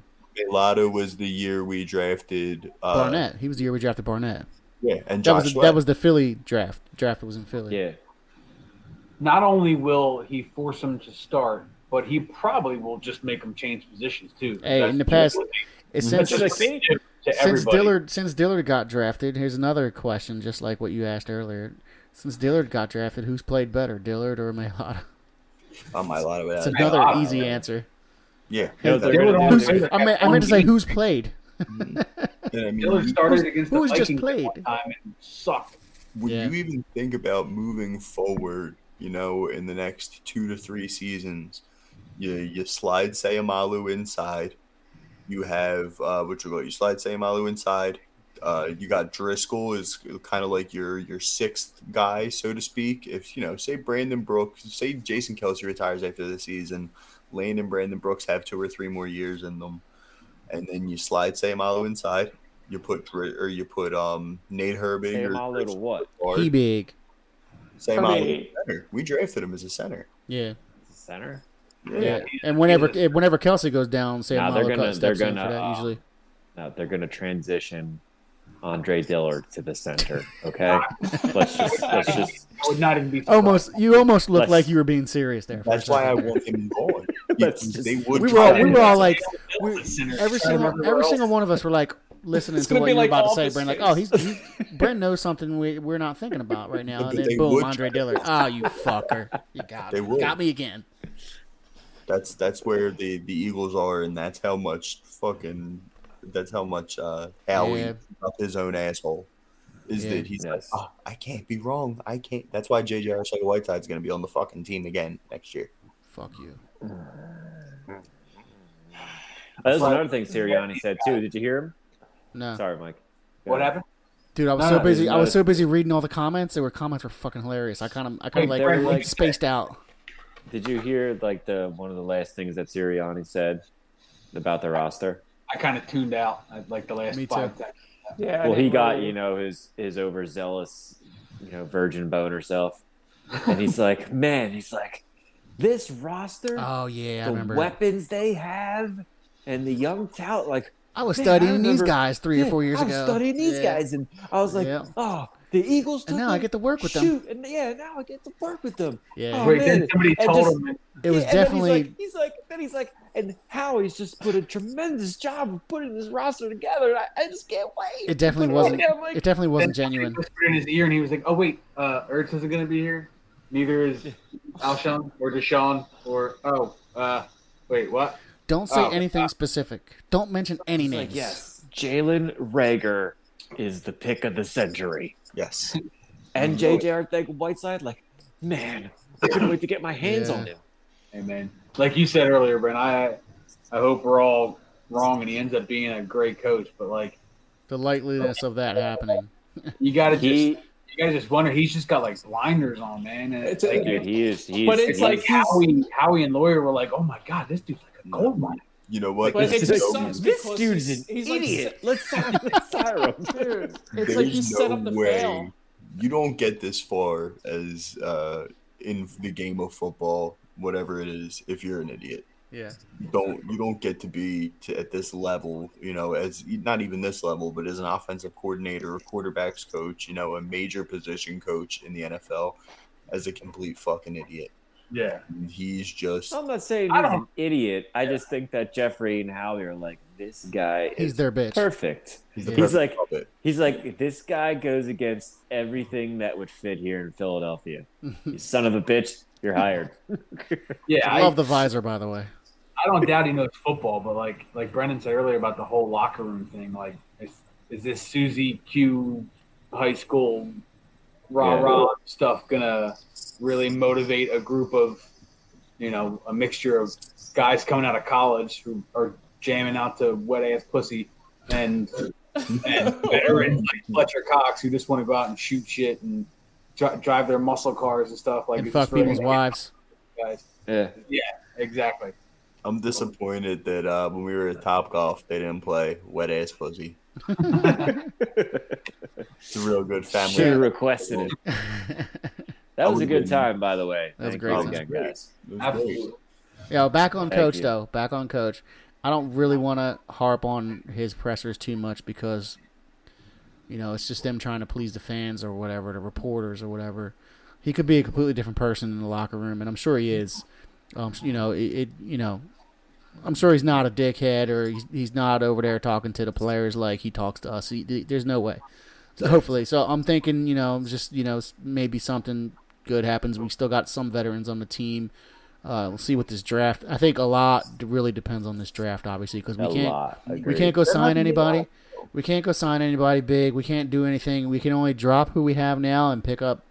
Lotto was the year we drafted uh,
Barnett. He was the year we drafted Barnett.
Yeah, and
That
Josh
was the,
Sweat.
that was the Philly draft. Draft was in Philly.
Yeah.
Not only will he force him to start, but he probably will just make him change positions too.
Hey,
That's
in the past-
just-
It's
that's
since
just
That's
a
like-
shift to
since
everybody.
Dillard since Dillard got drafted. Here's another question, just like what you asked earlier. Since Dillard got drafted, who's played better, Dillard or Maylotta?
Oh my lot of
It's
that.
another
Maylotta.
easy answer.
Yeah,
You know what they're
They
gonna
would
do
all-
Who's,
there?
Dillard-
I mean, I meant to say who's played. [laughs]
and I mean,
Dillard
you-
started against
who
the
was just
Vikings at
played?
one time and sucked.
when
Yeah.
you even think about moving forward, you know, in the next two to three seasons, you you slide Sayamalu inside. You have uh, what you call you slide Sayamalu inside. Uh, you got Driscoll is kind of like your your sixth guy, so to speak. If you know, say Brandon Brooks, say Jason Kelsey retires after the season, Lane and Brandon Brooks have two or three more years in them, and then you slide Sayamalu inside. You put Dr- or you put um Nate Herbig
Hey,
or
my little what?
guard.
He big.
Same
I
amount
mean,
center. We drafted him as a center.
Yeah.
Center?
Yeah. And whenever whenever Kelsey goes down, Sam
Nah, they're
Malachi
gonna-
steps
they're
in for
gonna,
that
uh,
usually.
No, they're going to transition Andre Dillard to the center. Okay, let's just
[laughs]
let's just
I would not even be surprised.
Almost you almost looked
Let's-
like you were being serious there. for a
That's why I
second.
want him
[laughs]
gone.
Let's
You-
just-
they would
we were
try
all
to-
we were all like we,
Center.
every single
Everywhere
every
else.
single one of us were like listening
It's
to
gonna
what
be
you were
like
about to say,
Office
Brent. Like,
Space.
oh, he's, he's Brent knows something we we're not thinking about right now, and
But they
then boom,
would
Andre
try.
Dillard. Oh, you fucker, you got
They
me.
would.
got me again.
that's that's where the the Eagles are, and that's how much fucking that's how much uh Howie
Yeah.
up his own asshole is
Yeah.
that he's like,
Yes.
oh, I can't be wrong. I can't. That's why JJ Arcega Whiteside's going to be on the fucking team again next year.
Fuck you.
that was another thing Sirianni said too. Did you hear him?
No,
Sorry, Mike.
What happened?
dude, I was
No,
so
no,
busy.
there's
I was
no-
so busy reading all the comments. There were comments were fucking hilarious. I kind of I kind
Wait,
of
they're
like,
like-
spaced out.
Did you hear like the one of the last things that Sirianni said about the roster?
I kind of tuned out I- like the last
Me
five
too.
seconds.
yeah. I
Well, he
didn't
got
really-
you know his his overzealous, you know, virgin boner self, and he's like, [laughs] man, he's like, this roster,
Oh yeah, I
the
remember.
weapons they have, and the young talent, like.
I was
Man, I
studying these
remember-
guys three or
Yeah,
four years
I was
ago.
studying these
Yeah.
guys, and I was like,
Yeah.
oh, the Eagles. Took
and now I
them.
get to work with them.
Shoot, and yeah, now I get to work with them.
Yeah,
Oh,
Wait,
man.
then somebody
And
told
just-
him.
Oh, Yeah,
it was
and then
definitely.
He's like, he's like, then he's like, and Howie's just put a tremendous job of putting this roster together. And I, I just can't wait.
It definitely
Put all
wasn't.
together. [laughs] I'm like,
It definitely wasn't
Then somebody
genuine.
whispered in his ear, and he was like, "Oh wait, uh, Ertz isn't going to be here. Neither is Alshon or Deshaun or oh, uh, wait, what?
Don't say
Oh,
anything specific. Don't mention any
He's
names.
like, yes, Jalen Rager is the pick of the century,
Yes,
and JJ Artheg Whiteside, like, man, I couldn't wait to get my hands
Yeah.
on him.
Amen." Like you said earlier, Brent, I I hope we're all wrong, and he ends up being a great coach. But like,
The likeliness of that happening.
you got to just
He,
you got to just wonder. He's just got like blinders on, man. And it's
It's a-
like,
dude, he is. He is
But
he's-
it's like he's-
Howie, Howie and Lawyer were like, "Oh my god, this dude's like a gold mine."
you know what?
But it
There's
just
no-
sucks
This
because
dude's
he's-
an
he's like
idiot. let's, [laughs] let's hire him.
Dude, [laughs] it's
There's
like you set
no
up the
way
fail.
You don't get this far as uh, in the game of football, whatever it is, if you're an idiot.
Yeah.
You don't you don't get to be to, at this level, you know, as not even this level, but as an offensive coordinator, a quarterbacks coach, you know, a major position coach in the NFL, as a complete fucking idiot.
Yeah.
And he's just
I'm not saying
I
he's
don't-
an idiot. I just think that Jeffrey and Howie are like, this guy
He's
is
their bitch. [laughs]
perfect.
he's the
He's
perfect
like-
puppet.
He's like, this guy goes against everything that would fit here in Philadelphia. You son of a bitch, you're [laughs] hired.
Yeah.
I
I,
love the visor, by the way.
I don't doubt he knows football, but like like Brendan said earlier about the whole locker room thing, like is, is this Susie Q high school rah rah stuff gonna really motivate a group of you know a mixture of guys coming out of college who are jamming out to wet ass pussy and
[laughs]
and veterans like Fletcher Cox who just want to go out and shoot shit and dri- drive their muscle cars and stuff like
and
it's
fuck
just really-
people's wives.
guys.
Yeah.
exactly
I'm disappointed that uh, when we were at Top Golf, they didn't play Wet Ass
[laughs]
Pussy. it's a real good family.
Should have requested it.
[laughs]
That was a good
would've
time, by the way.
That was a
Thank
great
you
Um,
time.
again, guys.
It was
absolutely
Yo, back on
Thank
coach
you.
though. Back on coach. I don't really want to harp on his pressers too much because, you know, it's just them trying to please the fans or whatever, the reporters or whatever. He could be a completely different person in the locker room, and I'm sure he is. Um, you know, it, it. You know, I'm sure he's not a dickhead or he's, he's not over there talking to the players like he talks to us. He, there's no way. So hopefully, so I'm thinking, you know, just you know, maybe something good happens. We still got some veterans on the team. Uh, we'll see what this draft. I think a lot really depends on this draft, obviously, because we
A
can't
lot.
we
Agreed.
can't go sign
might be a lot.
anybody. We can't go sign anybody big. We can't do anything. We can only drop who we have now and pick up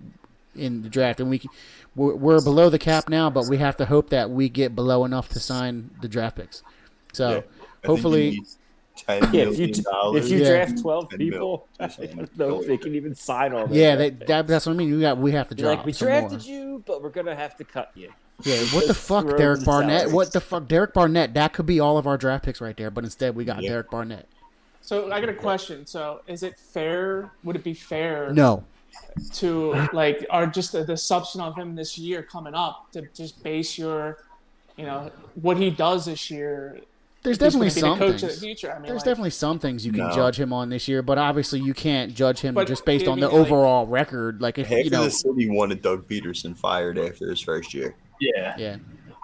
in the draft. And we can, we're, we're below the cap now, but we have to hope that we get below enough to sign the draft picks. So
Yeah. I think
hopefully,
you need ten
Yeah, if you,
million dollars.
if you
Yeah.
draft 12
Ten
people, [laughs] I
million.
don't know if they can even sign all that.
yeah, that, that, that's what I mean. We got we have to
You're
drop.
like, we
some more.
drafted you, but we're going to have to cut you.
Yeah, what the
[laughs]
Just
fuck,
throw
Derek
the
Barnett?
salaries.
What the fuck, Derek Barnett? That could be all of our draft picks right there, but instead we got
Yeah.
Derek Barnett.
So I got a question. So is it fair? Would it be fair
No,
to like, or just the, the assumption of him this year coming up to just base your, you know, what he does this year?
there's
He's gonna
definitely
be
some
the coach of the
things.
future. I mean,
There's
like,
definitely some things you can
No.
judge him on this year, but obviously you can't judge him
But
just based
I
on the
mean, like-
overall record. Like if
Half
you know,
of the city wanted Doug Peterson fired after his first year.
yeah
yeah,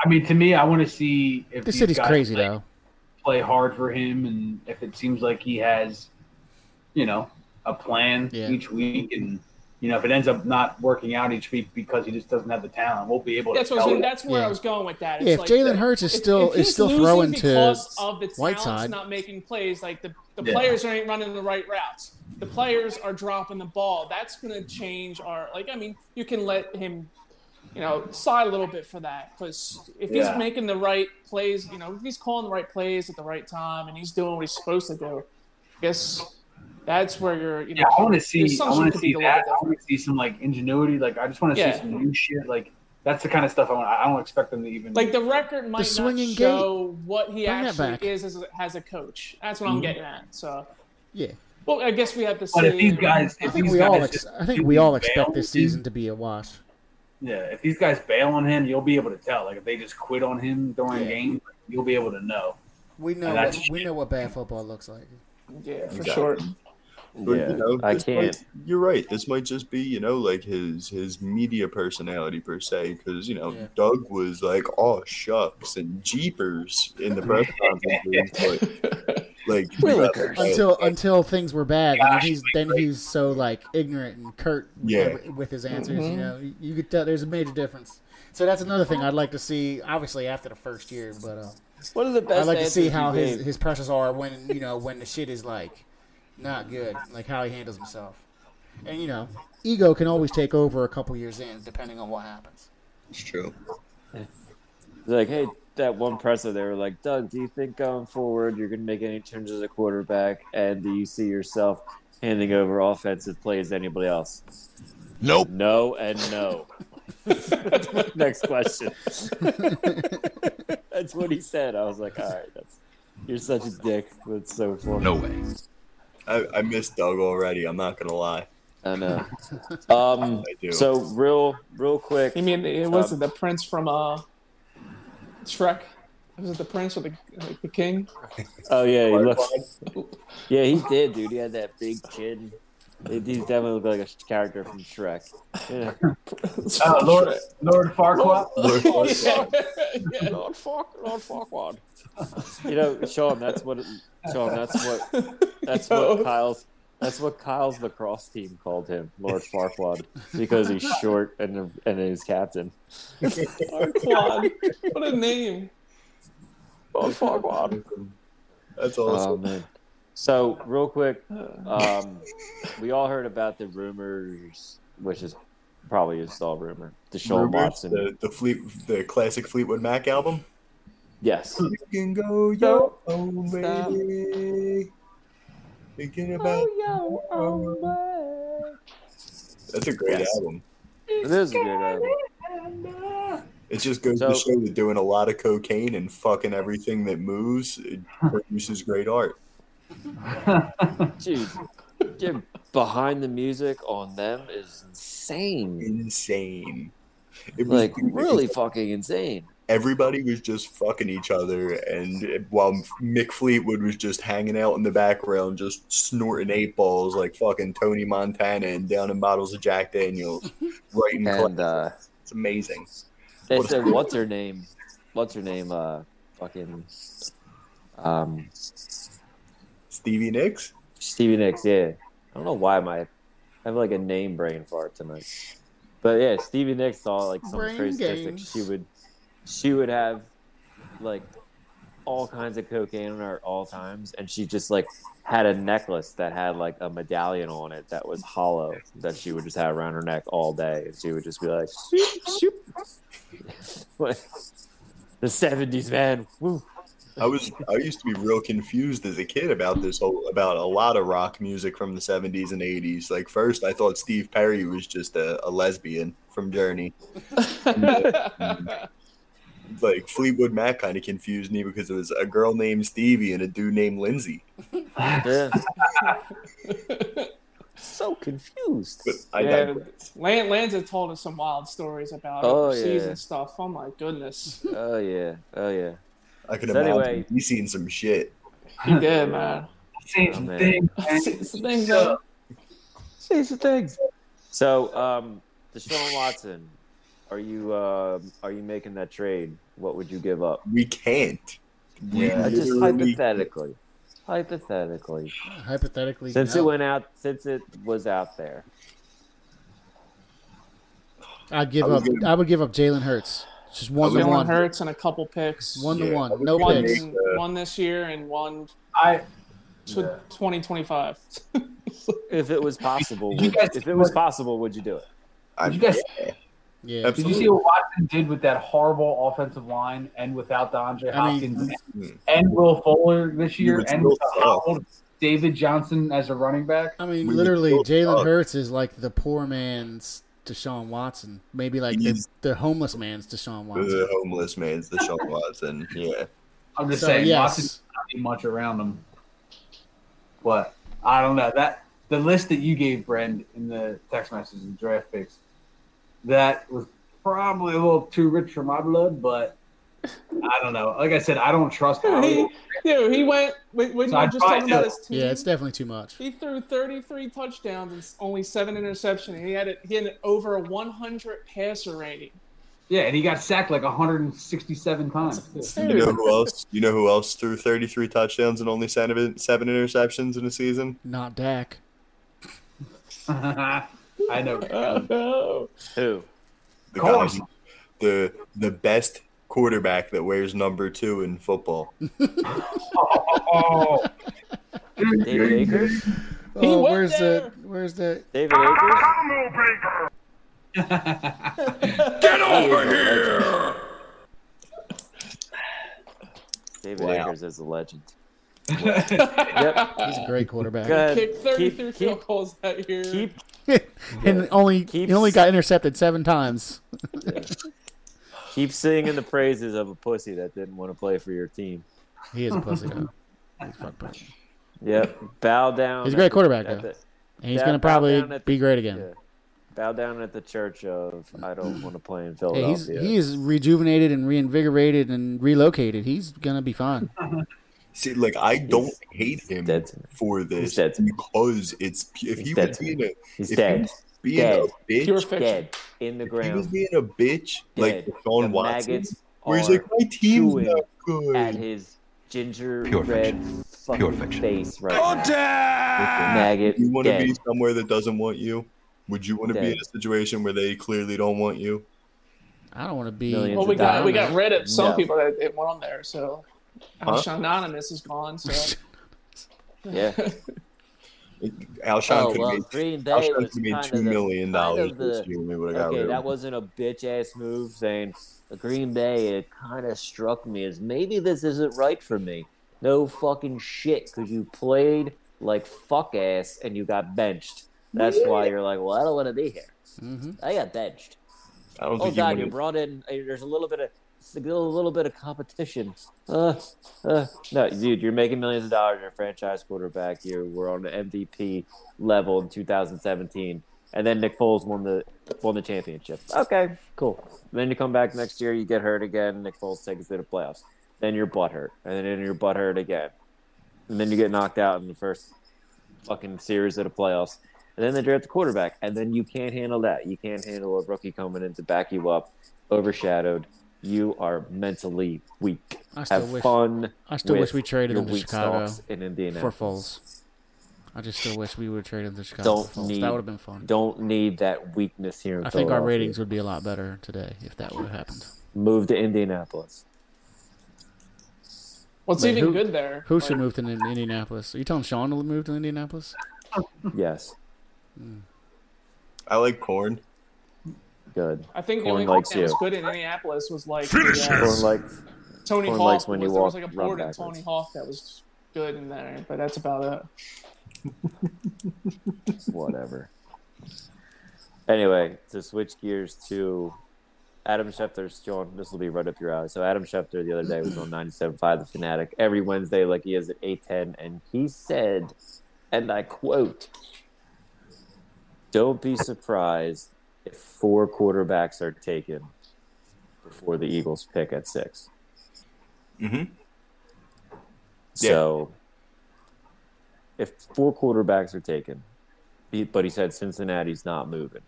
I mean, to me, I want to see if
the
these
city's
guys,
crazy
like,
though.
Play hard for him, and if it seems like he has, you know, a plan
Yeah.
each week, and you know, if it ends up not working out each week because he just doesn't have the talent, we'll be able to.
That's, what I
tell
was,
it.
that's where
Yeah.
I was going with that.
Yeah, if
like
Jalen
the-
Hurts is
if-
still
if
is
he's
still
losing
throwing to
because of the talents
Whiteside.
not making plays, like the, the
Yeah.
players aren't running the right routes. The players are dropping the ball. That's going to change our like. I mean, you can let him, you know, sigh a little bit for that because if
Yeah.
he's making the right plays, you know, if he's calling the right plays at the right time and he's doing what he's supposed to do, I guess that's where you're. You know,
Yeah, I want to see. I
assumption
want to
could
see
be a little
that.
bit
I want to see some like ingenuity. Like, I just want to
Yeah.
see some new shit. Like, that's the kind of stuff I want. I don't expect them to even
Like the record might
swinging
not show what
Bring
he
that back. Mm-hmm.
actually is as a, as a coach. That's what I'm getting at. So,
Yeah.
Well, I guess we have to see.
But if these guys,
I
if
think
these
we
guys
all
just
ex- I think
do
we all
bail
expect this
and-
season to be a wash.
Yeah, if these guys bail on him, you'll be able to tell. Like if they just quit on him during
Yeah.
games, you'll be able to know.
We know
And
what,
that's
we know what bad football looks like.
yeah, for
Exactly.
sure.
But, you know,
I
this might-
can't.
you're right. This might just be, you know, like his his media personality per se, because you know
Yeah.
Doug was like, "Oh shucks" and jeepers in the press conference, like,
[laughs]
like
Willikers.
until until things were bad.
Gosh,
then he's then he's so like ignorant and curt
Yeah.
with his answers. You know, you could tell there's a major difference. So that's another thing I'd like to see. Obviously, after the first year, but uh,
One of the best
I'd like to see
answers
how
you
his
gave.
his pressures are when you know when the shit is like not good, like how he handles himself. And you know, ego can always take over a couple years in, depending on what happens.
It's true.
like, hey, that one presser, they were like, Doug, do you think going forward you're going to make any changes as a quarterback? And do you see yourself handing over offensive plays to anybody else?
Nope.
[laughs]
[laughs]
No and no. Next question. That's what he said. I was like, all right, that's you're such a dick. That's so funny.
No way.
I, I miss Doug already. I'm not gonna lie.
I
[laughs]
know. Um,
I do.
so real, real quick.
You mean it was not the prince from uh, Shrek? Was it the prince or the the king?
Oh yeah, he looks. Yeah, he did, dude. He had that big chin. He he definitely looked like a character from Shrek. Yeah.
Uh,
[laughs]
Lord Lord Farquaad.
Lord yeah, [laughs] Lord Farquaad. Lord Farquaad.
You know, Sean, that's what. It, Sean, that's what. That's
Yo.
what Kyle's. That's what Kyle's lacrosse team called him, Lord Farquaad, because he's short and and he's captain.
Farquaad. What a name.
Lord Farquaad.
That's
Oh
awesome.
man. So real quick,
Uh,
um, we all heard about the rumors, which is probably just all rumor. Deshaun
Rumors,
Watson.
the, the fleet, the classic Fleetwood Mac album.
Yes.
You can go yo, oh lady. Thinking about
yo,
that's a great
Yes.
album.
It is a good album.
It just goes to
So-
show that doing a lot of cocaine and fucking everything that moves it produces great art.
Dude, get behind the music on them is insane.
Insane. It was-
Like really fucking insane.
everybody was just fucking each other, and while Mick Fleetwood was just hanging out in the background, just snorting eight balls like fucking Tony Montana and down in bottles of Jack
[laughs]
Daniels, writing.
And
And,
uh
it's amazing.
they
What a-
said what's her name? What's her name? Uh fucking um
Stevie Nicks.
Stevie Nicks, yeah. I don't know why my I have like a name brain fart tonight. But yeah, Stevie Nicks saw like some
Brain
crazy statistic.
games.
She would she would have like all kinds of cocaine on her at all times and she just like had a necklace that had like a medallion on it that was hollow that she would just have around her neck all day and she would just be like shoop, shoop. [laughs] Like, the seventies man. Woo.
I was I used to be real confused as a kid about this whole about a lot of rock music from the 70s and 80s. Like first I thought Steve Perry was just a, a lesbian from Journey.
[laughs]
Like Fleetwood Mac kind of confused me because it was a girl named Stevie and a dude named Lindsay.
Yeah. so confused.
But I
Yeah.
digress.
Lan- Lanza told us some wild stories about
Oh,
overseas
yeah.
and stuff. Oh my
[laughs]
goodness,
Oh yeah. Oh yeah.
I could
So
imagine
anyway-
he's seen some shit.
he
[laughs]
did, man.
Same
Oh, man.
thing. man.
It's the thing, though.
Say some things. So, um, Deshaun Watson, are you uh, are you making that trade? What would you give up?
We can't. We
Yeah, just
literally-
hypothetically. Hypothetically,
Hypothetically,
since
no.
it went out, since it was out there,
I'd give
I was
up.
gonna-
I would give up Jalen Hurts. Just one to
Jalen
one.
Hurts and a couple picks.
One
Yeah,
to
I
one.
would
No
give up-
one,
picks.
Yeah.
one this year and one
I
tw-
Yeah.
[laughs] 2025.
if it was possible,
Did you
would,
guys-
if it was possible, would you do it?
I'm-
did you guys
Yeah.
did you see what Watson did with that horrible offensive line and without DeAndre
I mean-
Hopkins and- and Will Fuller this
You
year
would
and
still
with
suck.
a hobbled David Johnson as a running back?
I mean,
We would
literally,
still
Jalen
suck.
Hurts is like the poor man's Deshaun Watson. Maybe like the,
He's-
the homeless man's Deshaun Watson.
the homeless man's the Sean Watson. Yeah.
I'm just
So
saying
yes,
Watson's not be much around him. But I don't know. That the list that you gave Brend in the text message and draft picks, that was probably a little too rich for my blood, but I don't know. Like I said, I don't
[laughs]
trust
Oh.
he,
Howie.
dude, he went. We, we
So
were
I
just
tried
talking about
to-
his team.
yeah, it's definitely too much.
He threw 33 touchdowns and only seven interceptions. He had it. He had an over 100 passer rating.
Yeah, and he got sacked like 167 [laughs] times.
You know who else? You know who else threw 33 touchdowns and only seven, seven interceptions in a season?
Not Dak.
I know.
no.
Who?
The,
Call
guy-
him.
the the best quarterback that wears number two in football.
Oh,
David Akers?
He
Oh,
went
where's
there.
the where's the
David Akers? David
Wow.
Akers is a legend.
he's a great quarterback.
Go ahead.
Kicked 33
Keep-
field
keep-
goals that year.
Keep
and only
Keeps-
he only got intercepted seven times.
Keep singing the praises of a pussy that didn't want to play for your team.
He is a pussy though. He's a fuck pussy.
Yep. Bow down.
He's a great quarterback
at
though,
the-
and he's
that-
gonna
bow
probably
down at the-
be great again.
yeah. Bow down at the church of I don't want to play in
Hey, he's
Philadelphia.
he is rejuvenated and reinvigorated and relocated. He's gonna be fine.
See, like I don't hate him
dead to me.
for this
dead to me.
because it's if
He's
he
dead
was
to me.
being a if
He's
he
dead.
was being
Dead.
a bitch,
Pure
if
fiction.
Dead. In the
he was
ground.
being a bitch
Dead.
like Sean
the
Watson,
maggots
where he's
are
like my team's
chewing
not
at
good.
his ginger
Pure
red fucking
Pure fiction.
face right now.
Order!
Maggot.
Oh, You want to
dead.
be somewhere that doesn't want you? Would you want to be
Dead.
in a situation where they clearly don't want you?
I don't want to be.
Millions
Well, we
of
got we
dollars.
got rid of some
No.
people that it went on there, so
Huh?
Alshon Anonymous is gone.
[laughs]
So
Yeah.
Alshon
Oh,
could
well,
made
Green Bay
Alshon
was
could made
kind
two
of the-
million
kind
dollars
of
this
the-
year. We would have got
Okay,
rid of
that
him.
wasn't a bitch ass move saying the Green Bay. It kind of struck me as maybe this isn't right for me. No fucking shit, because you played like fuck ass and you got benched. That's why you're like, well, I don't want to be here.
Mhm.
I got benched.
I don't
Oh
think you
God, you
wanted.
brought in. uh, There's a little bit of it's a little, little bit of competition. Uh, uh, no, dude, you're making millions of dollars. You're a franchise quarterback. You were on the MVP level in 2017, and then Nick Foles won the won the championship. Okay, cool. Then you come back next year, you get hurt again. Nick Foles takes you to the playoffs. Then you're butthurt, and then you're butthurt again, and then you get knocked out in the first fucking series of the playoffs. And then they draft the quarterback, and then you can't handle that. You can't handle a rookie coming in to back you up, overshadowed. You are mentally weak.
I still
Have
wish-
fun.
I still
with
wish we traded
your
him to
weak
Chicago
sauce in Indiana.
for Foles. I just still wish we would have traded him to Chicago
Don't
for Foles.
need-
that would have been fun.
Don't need that weakness here. In
I think our
Philadelphia.
ratings would be a lot better today if that would have happened.
move to
[laughs]
Indianapolis.
what's
Wait,
even
who-
good there?
Who should move to Ind- Indianapolis? Are you telling Sean to move to Indianapolis?
Yes,
I like corn.
good.
I think the
Corn
only thing
likes
that was
you.
good in Indianapolis was like
Finish
the,
him.
uh,
Or like
Tony
Corn
Hawk.
likes when
was-
you
there was
walk,
like a
run
board of Tony
backwards.
Hawk that was good in there, but that's about it.
whatever. anyway, to switch gears to Adam Schefter's John, this will be right up your alley. So Adam Schefter the other day was on 97.5 The Fanatic every Wednesday, like he is at 8:10, and he said, and I quote, "Don't be surprised if four quarterbacks are taken before the Eagles pick at 6."
Mhm.
So, if four quarterbacks are taken, he- but he said Cincinnati's not moving.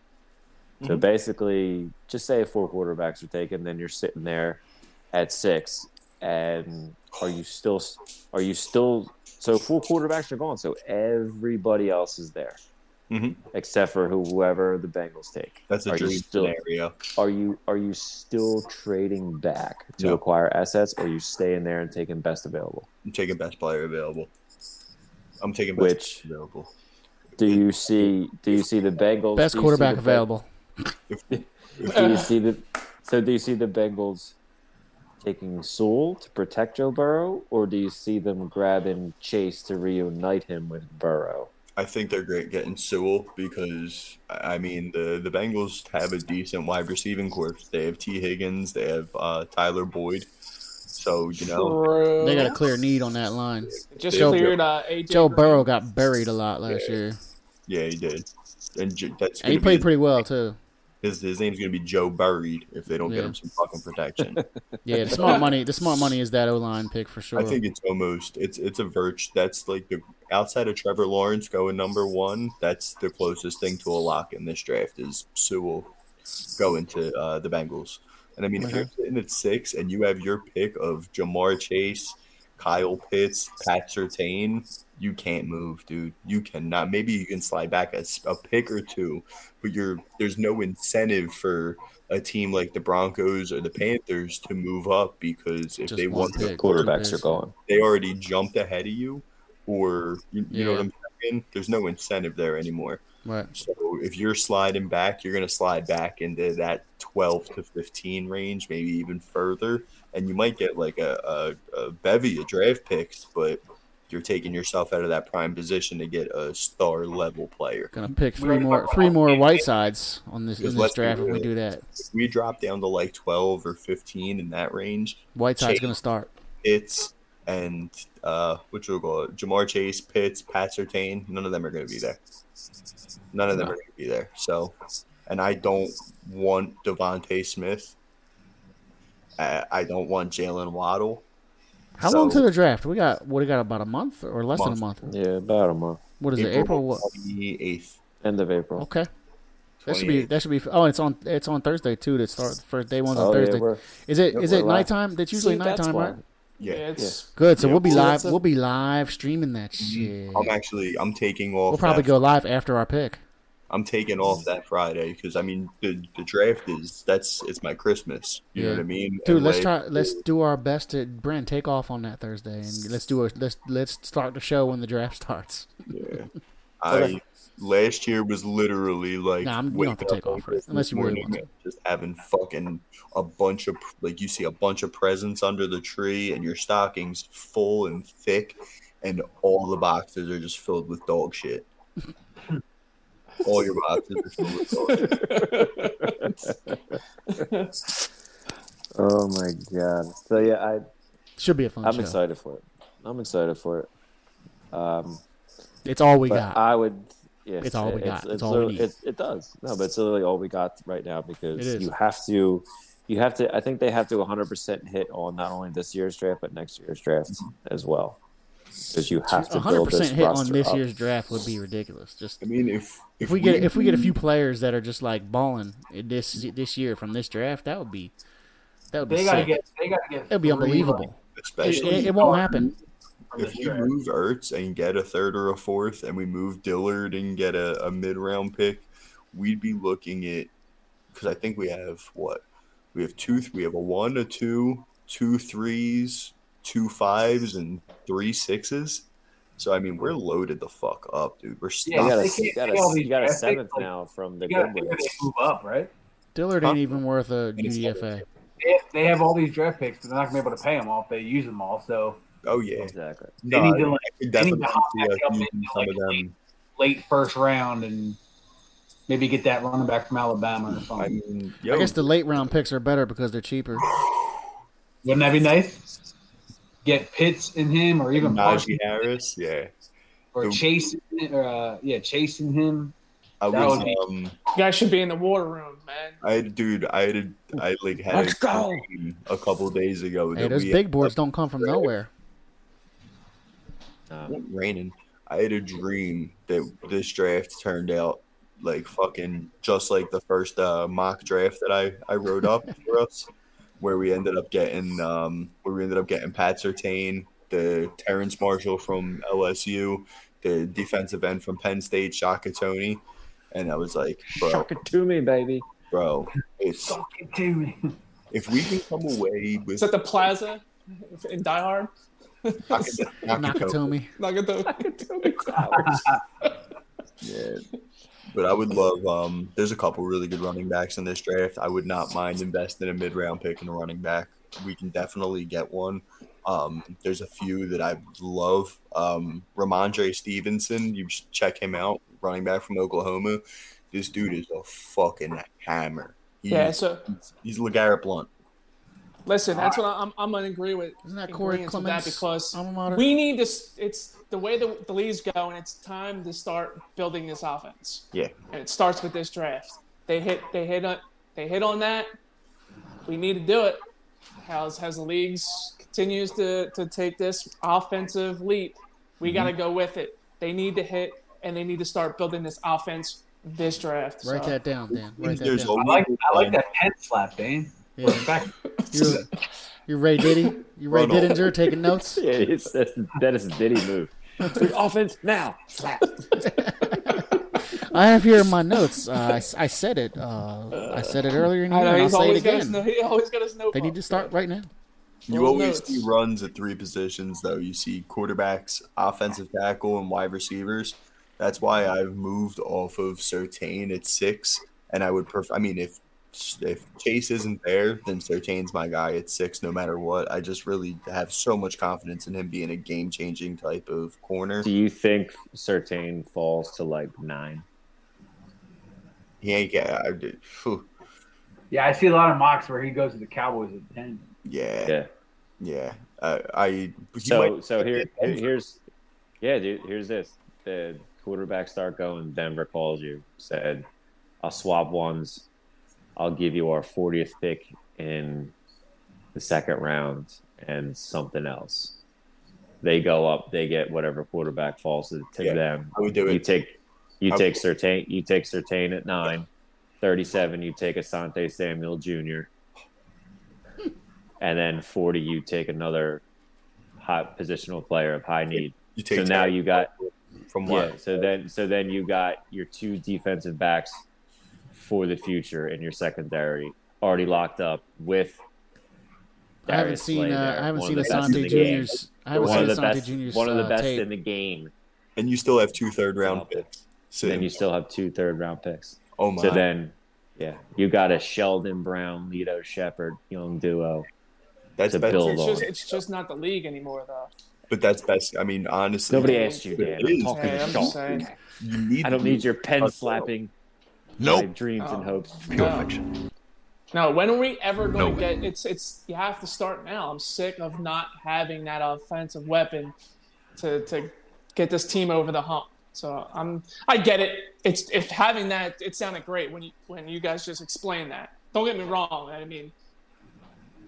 So basically, just say if four quarterbacks are taken, then you're sitting there at six, and are you still? Are you still? So four quarterbacks are gone. So everybody else is there,
Mhm.
except for whoever the Bengals take.
That's a
Are you
dream
still-
scenario.
Are you are you still trading back to
No.
acquire assets, or are you staying there and taking best available?
I'm taking best player available. I'm taking best
Which
player available.
do you see? Do you see the Bengals?
Best
do you see
quarterback
the Ben-
available.
Do
Uh.
you see the? So do you see the Bengals taking Sewell to protect Joe Burrow, or do you see them grabbing Chase to reunite him with Burrow?
I think they're great getting Sewell because I I mean the the Bengals have a decent wide receiving corps. They have T Higgins, they have uh, Tyler Boyd. So you know,
[laughs] True.
They got a clear need on that line.
just
Joe-
cleared uh, AJ
Joe
Green.
Burrow got buried a lot last year,
yeah, he did, and J- that's
and he
gonna be
played pretty well
[laughs]
too.
his his name's gonna be Joe Buried if they don't
Yeah.
get him some fucking protection.
Yeah, the smart money. The smart money is that O line pick for sure.
I think it's almost it's it's a virtue that's like the outside of Trevor Lawrence going number one. That's the closest thing to a lock in this draft is Sewell going to uh, the Bengals. And I mean, if you're sitting at six and you have your pick of Jamar Chase, Kyle Pitts, Pat Sertain, you can't move, dude. You cannot. Maybe you can slide back a, s- a pick or two, but you're there's no incentive for a team like the Broncos or the Panthers to move up because if
Just
they
one
want to
pick.
Quarterbacks are gone.
they already jumped ahead of you, or you, you know
Yeah.
what I'm saying? There's no incentive there anymore.
right.
So if you're sliding back, you're going to slide back into that 12 to 15 range, maybe even further. And you might get like a, a, a bevy of draft picks, but you're taking yourself out of that prime position to get a star level player.
Gonna pick three more three more white sides on this, in this
Let's be
draft if we
real.
do that.
If we drop down to like 12 or 15 in that range,
White side's
Chase.
gonna start.
it's and uh, which we'll go Jamar Chase, Pitts, Pat Sertain. None of them are going to be there. None of them are going to be there. So, and I don't want Devonte Smith. I, I don't want Jalen Waddle.
How
So-
long to the draft? We got what? We got about a month or less than a month.
Yeah, about a month.
What is it? April. What?
twenty eighth.
End of April.
Okay. That should be. That should be. Oh, it's on. It's on Thursday too. That start the first day one's on
Oh, yeah,
Thursday.
we're-
is it?
yep,
Is
we're
it
live.
nighttime? That's usually
See, that's
nighttime,
why.
right?
Yeah.
It's
Good. So
Yeah,
we'll be
well,
live.
that's a-
we'll be live streaming that
Mm-hmm.
shit.
I'm actually. I'm taking off.
We'll probably
that-
go live after our pick.
I'm taking off that Friday because I mean the, the draft is that's it's my Christmas. You know
Yeah.
what I mean?
Dude,
And,
let's
like,
try. Let's do our best to Brent take off on that Thursday, and let's do a let's let's start the show when the draft starts.
Yeah. I last year was literally like
Nah, I'm- you don't
waking
have to
up
take off
on
for it, unless
Christmas
you really
morning
want to.
and Just having fucking a bunch of like you see a bunch of presents under the tree and your stockings full and thick, and all the boxes are just filled with dog
[laughs]
shit. all your boxes are filled with dog shit.
Oh my god. So yeah, I
Should be a fun
I'm
show.
excited for it. I'm excited for it. Um,
It's all we
but
got.
I would. Yeah,
It's all we got. It's all we
literally-
need.
It, it does. No, but it's literally all we got right now
It
because
is.
you have to. You have to. I think they have to 100 percent hit on not only this year's draft but next year's draft as well. Because you have to
A
build
hundred
this
percent hit on
roster
this
up.
year's draft would be ridiculous. Just
I mean, if
if we get if we get a few players that are just like balling this this year from this draft, that would be that would be
They
sick.
gotta get. They gotta get.
That'd be
three
unbelievable. It,
especially
it- it won't happen.
from
If
this
we
draft.
move Ertz and get a third or a fourth, and we move Dillard and get a, a mid round pick, we'd be looking at because I think we have what we have two, we have a one, a two, two threes, two fives, and three sixes. So I mean, we're loaded the fuck up, dude. We're
You
stuck.
Yeah,
got
they
a,
can't
you got
pay all
a,
these
you got a
draft picks,
seventh
like,
now from the
You gotta
good
figure
ones.
they move up, right?
Dillard ain't even worth a UDFA.
They, they have all these draft picks, but they're not gonna be able to pay them all if they use them all. So
Oh yeah,
Exactly.
they
No,
need to like
I could
they need to
definitely
hop
see us
back up
using
into,
some
like,
of them.
late first round and maybe get that running back from Alabama or
I
something.
mean,
I
yo,
guess the late round picks are better because they're cheaper.
Wouldn't that be nice? Get Pitts in him, or even
Najee
Parsons,
Harris, yeah.
or Chase, or uh, yeah, chasing him.
I
That
was,
would be-
um,
you guys should be in the war room, man.
I dude, I had a- I like had
Let's
a
go.
dream a couple days ago.
Hey,
that
those
we-
big boards don't come from nowhere.
Um,
It uh, raining. I had a dream that this draft turned out like fucking just like the first uh, mock draft that I I wrote
[laughs]
up for us, where we ended up getting um where we ended up getting Pat Sertain, the Terrence Marshall from LSU, the defensive end from Penn State, Shaka Tony, and I was like, bro,
it to me, baby.
bro, it's if we can come away with
Is that the plaza in Die Hard?
Naka- Nakatomi.
Nakatomi. [laughs]
[laughs] Nagatomi.
Yeah. But I would love. Um, there's a couple really good running backs in this draft. I would not mind investing a mid-round pick in a running back. We can definitely get one. Um, there's a few that I love. Um, Ramondre Stevenson, you should check him out. Running back from Oklahoma. This dude is a fucking hammer. He's,
Yeah, so
he's LeGarrette Blunt.
listen, that's what I'm, I'm going to agree with.
Isn't that
in
Corey
agreeance with
Clements?
That because
alma mater?
we need to. s- It's the way the, the league's going. It's time to start building this offense,
Yeah,
and it starts with this draft. They hit. They hit. On, they hit on that. We need to do it. How's as the leagues continues to to take this offensive leap, we
Mm-hmm.
got to go with it. They need to hit, and they need to start building this offense this draft.
Write
so.
that down, Dan. Write that
There's
down.
[laughs] I like I like that pen slap, Dan.
Yeah.
Back
You're, you're Ray Diddy. You're Ray
Ronald.
Didinger taking notes.
[laughs] Yeah, it's, that's, that is a Diddy move. offense now.
I have here in my notes. Uh, I, s- I said it. Uh, I said it earlier in the
I
year,
know
and I'll
he's
say it
always got his.
again.
No, [laughs] he always got his notebook.
They need to start right now.
You
Well,
always
notes.
see runs at three positions, though. You see quarterbacks, offensive tackle, and wide receivers. That's why I've moved off of Sertain at six, and I would prefer. I mean, if if Chase isn't there, then Sertain's my guy at six, no matter what. I just really have so much confidence in him being a game changing type of corner.
Do you think Sertain falls to like nine?
He ain't yeah, I did. phew,
Yeah, I see a lot of mocks where he goes to the Cowboys at ten.
Yeah, yeah.
Yeah.
Uh, I he
So
might- [laughs]
so here here- here's yeah, dude. Here's this. The quarterback start going. Denver calls you. Said, "I'll swap ones. I'll give you our 40th pick in the second round and something else." They go up. They get whatever quarterback falls to, to
Yeah,
them.
I would do
You
it.
take you
I-
take Sertain. You take Sertain at nine. 37 you take Asante Samuel Jr. And then 40 you take another hot positional player of high need.
you take
So now you got
from what?
yeah, so then so then you got your two defensive backs for the future in your secondary already locked up with
I haven't
Darius
seen.
Slay
Uh,
there,
I haven't
one
seen
of the best in
Asante
the game.
Junior's. I haven't
One
seen
of the
Asante
best,
Junior's.
one of the
uh,
best
tape.
in the game.
And you still have two third round picks. So
Then you still have two third round picks.
oh my,
So then, yeah, you got a Sheldon Brown, Lito Shepard, young duo.
that's
to
best,
build.
It's
Hold
just
on.
it's just not the league anymore though.
but that's best. I mean, honestly,
Nobody asked you,
It
Dan. I'm
is.
talking
Yeah,
to
I'm
Sean.
just saying.
You need
I don't need your pen
Hustle.
slapping my
Nope.
dreams and
Oh.
hopes.
Pure
No.
fiction.
No, when are we ever
No
going to
way.
get? It's it's you have to start now. I'm sick of not having that offensive weapon to to get this team over the hump. So I'm I get it. It's if having that it sounded great when you when you guys just explained that. Don't get me wrong. I mean,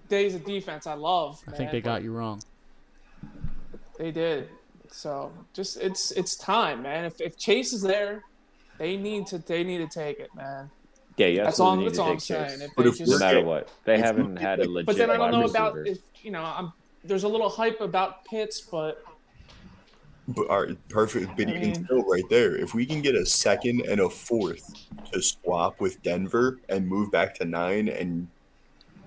days of defense I love.
I think they got you wrong.
They did. So just it's it's time, man. If if Chase is there, they need to they need to take it, man.
Yeah, you
That's
absolutely
all.
need
That's
to
all I'm
take Chase,
saying. If
But
they
if
No
just
we're-
matter what, they
It's-
haven't had a legit.
But then I don't
wide
know about
receiver.
if you know. I'm there's a little hype about Pitts, but
But, all right, perfect. But
I
even
mean-
still, right there, if we can get a second and a fourth to swap with Denver and move back to nine, and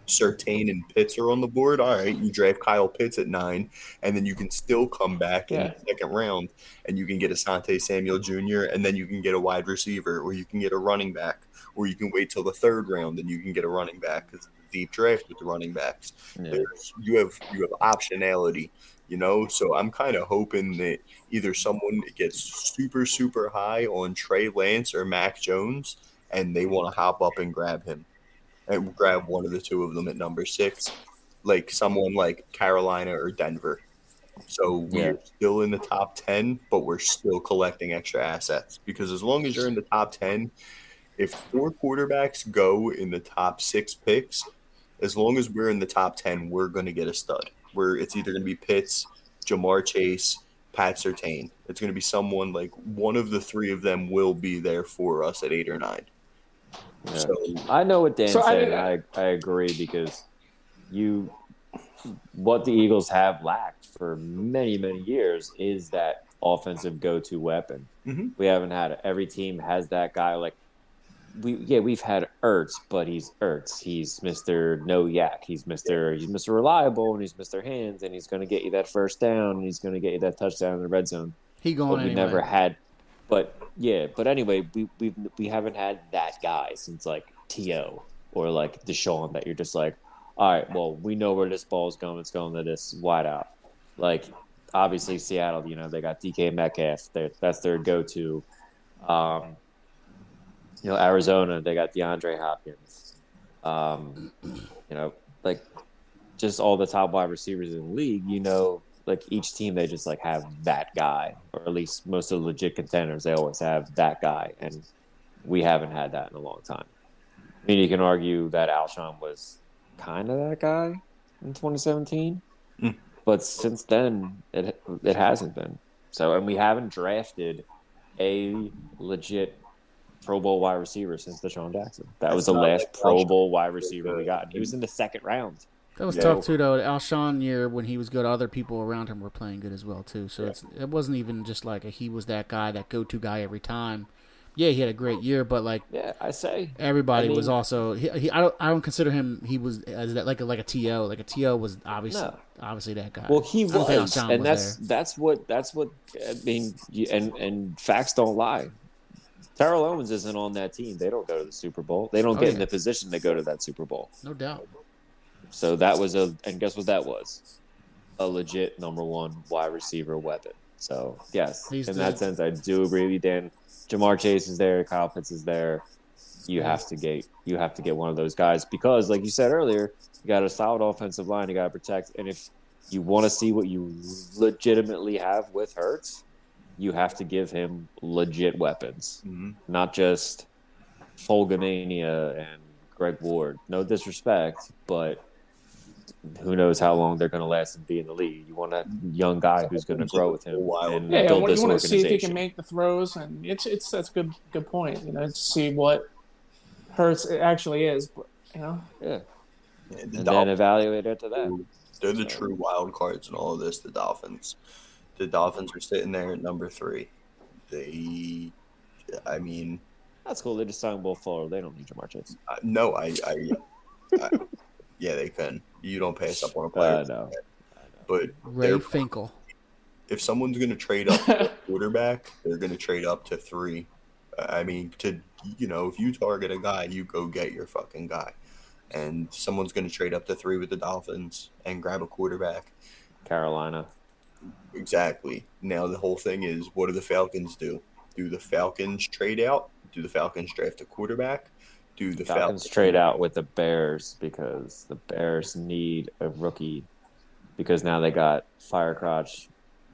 Sertain and Pitts are on the board, all right, you draft Kyle Pitts at nine, and then you can still come back in
Yeah.
the second round, and you can get Asante Samuel Jr., and then you can get a wide receiver, or you can get a running back, or you can wait till the third round and you can get a running back because deep draft with the running backs
Yeah.
there's you have you have optionality you know so i'm kind of hoping that either someone gets super super high on trey lance or mac jones and they want to hop up and grab him and grab one of the two of them at number six like someone like carolina or denver so we're still in the top 10 but we're still collecting extra assets because as long as you're in the top 10 if four quarterbacks go in the top six picks as long as we're in the top 10, we're going to get a stud. Where it's either going to be Pitts, Jamar Chase, Pat Sertain. It's going to be someone like one of the three of them will be there for us at eight or nine.
Yeah.
So
I know what Dan
So I
said.
mean-
I, I agree because you what the Eagles have lacked for many many years is that offensive go to weapon.
Mm-hmm.
Mhm.
We haven't had it. Every team has that guy. Like we yeah we've had Ertz, but he's Ertz. He's Mister No Yak. He's Mister he's Mister Reliable and he's Mister Hands and he's going to get you that first down and he's going to get you that touchdown in the red zone
He
but
going
we
anyway.
never had. But yeah, but anyway, we we we haven't had that guy since like To or like Deshaun that you're just like, all right, well we know where this ball's going. It's going to this wideout. Like obviously Seattle, you know they got DK Metcalf. They're, that's their go-to. Um, you know Arizona, they got DeAndre Hopkins. Um, you know, like just all the top wide receivers in the league, you know, like each team they just like have that guy, or at least most of the legit contenders they always have that guy, and we haven't had that in a long time. I mean, you can argue that Alshon was kind of that guy in 2017,
Mm.
but since then it it hasn't been. So, and we haven't drafted a legit Pro Bowl wide receiver since Deshaun Jackson. That was the
not
last
like
Pro
Alshon.
Bowl wide receiver we got. and He was in the second round.
That was
Yeah.
tough too, though. Alshon year when he was good, other people around him were playing good as well too. So it's, it wasn't even just like a, he was that guy, that go-to guy every time. Yeah, he had a great year, but like
Yeah, I say.
everybody
I mean-
was also he, he. I don't. I don't consider him. He was as that like a, like a to like a to was obviously
No.
obviously that guy.
Well, he
I don't think
was,
Alshon
and
was
that's
there.
that's what that's what I mean. You, and and facts don't lie. Terrell Owens isn't on that team. They don't go to the Super Bowl. They don't
Oh,
get in
yeah.
the position to go to that Super Bowl.
No doubt.
So that was a, and guess what that was? A legit number one wide receiver weapon. So yes,
He's
in
the-
that sense, I do agree with you, Dan. Jamar Chase is there. Kyle Pitts is there. You have to get you have to get one of those guys because, like you said earlier, you got a solid offensive line. You got to protect, and if you want to see what you legitimately have with Hurts, you have to give him legit weapons
Mhm.
not just Fulgamania and Greg Ward. No disrespect, but who knows how long they're going to last and be in the league. You want a young guy who's going to grow with him
A while.
and
Yeah,
build
you
this
want to see if he
organization.
can make the throws, and it's it's that's a good good point. You know, to see what Hurts actually is. But, you know, [laughs]
yeah,
And the
and then
Dolphins,
evaluate after that.
they're the true wild cards in all of this. The Dolphins, the Dolphins are sitting there at number three. They, I mean,
That's cool. They just signed Will Fuller. They don't need Jamar Chase.
I- no, I, I, I yeah, they can. You don't pass up on a player,
Uh, no.
but
Ray
They're-
Finkel.
if someone's going to trade up for a quarterback, they're going to trade up to three. I mean, to you know, if you target a guy, you go get your fucking guy, and someone's going to trade up to three with the Dolphins and grab a quarterback.
Carolina.
Exactly. Now the whole thing is, what do the Falcons do? Do the Falcons trade out? Do the Falcons draft a quarterback? Do the Falcons,
Falcons trade out with the Bears because the Bears need a rookie because now they got Firecrotch,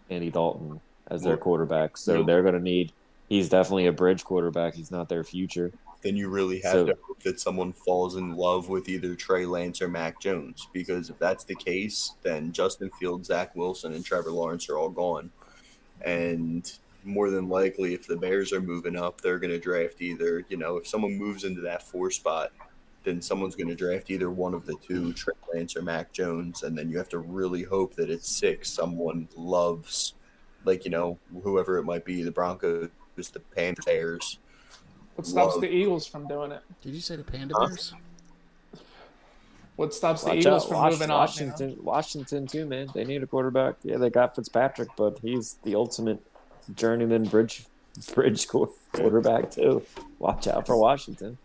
Andy Dalton as their
Well,
quarterback. So
you-
they're going to need. He's definitely a bridge quarterback. He's not their future.
Then you really have
So-
to hope that someone falls in love with either Trey Lance or Mac Jones, because if that's the case, then Justin Fields, Zach Wilson, and Trevor Lawrence are all gone. And more than likely, if the Bears are moving up, they're going to draft either, you know, if someone moves into that four spot, then someone's going to draft either one of the two, Trey Lance or Mac Jones. And then you have to really hope that at six, someone loves, like, you know, whoever it might be, the Broncos, the Panthers.
what stops
Whoa.
the Eagles from doing it?
Did you say the Panda
Huh?
Bears?
What stops the
Watch
Eagles
out,
from
Wash-
moving off? You know?
Washington, Washington too, man. They need a quarterback. Yeah, they got Fitzpatrick, but he's the ultimate journeyman bridge bridge [laughs] quar- quarterback too. Watch out for Washington.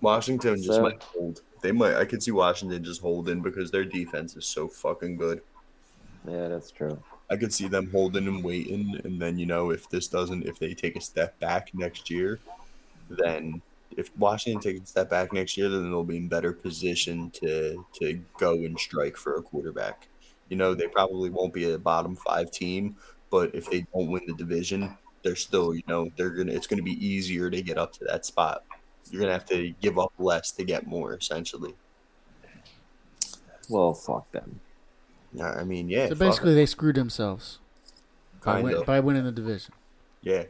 Washington just
So-
might hold. They might. I could see Washington just holding because their defense is so fucking good.
Yeah, that's true.
I could see them holding and waiting, and then you know if this doesn't, if they take a step back next year, then if Washington takes a step back next year, then they'll be in better position to to go and strike for a quarterback. You know they probably won't be a bottom five team, but if they don't win the division, they're still you know they're gonna. It's gonna be easier to get up to that spot. You're gonna have to give up less to get more, essentially.
Well, fuck them.
Yeah, I mean, yeah.
So
fuck
basically, they screwed themselves
it,
by,
kind
win-
of.
by winning the division.
Yeah.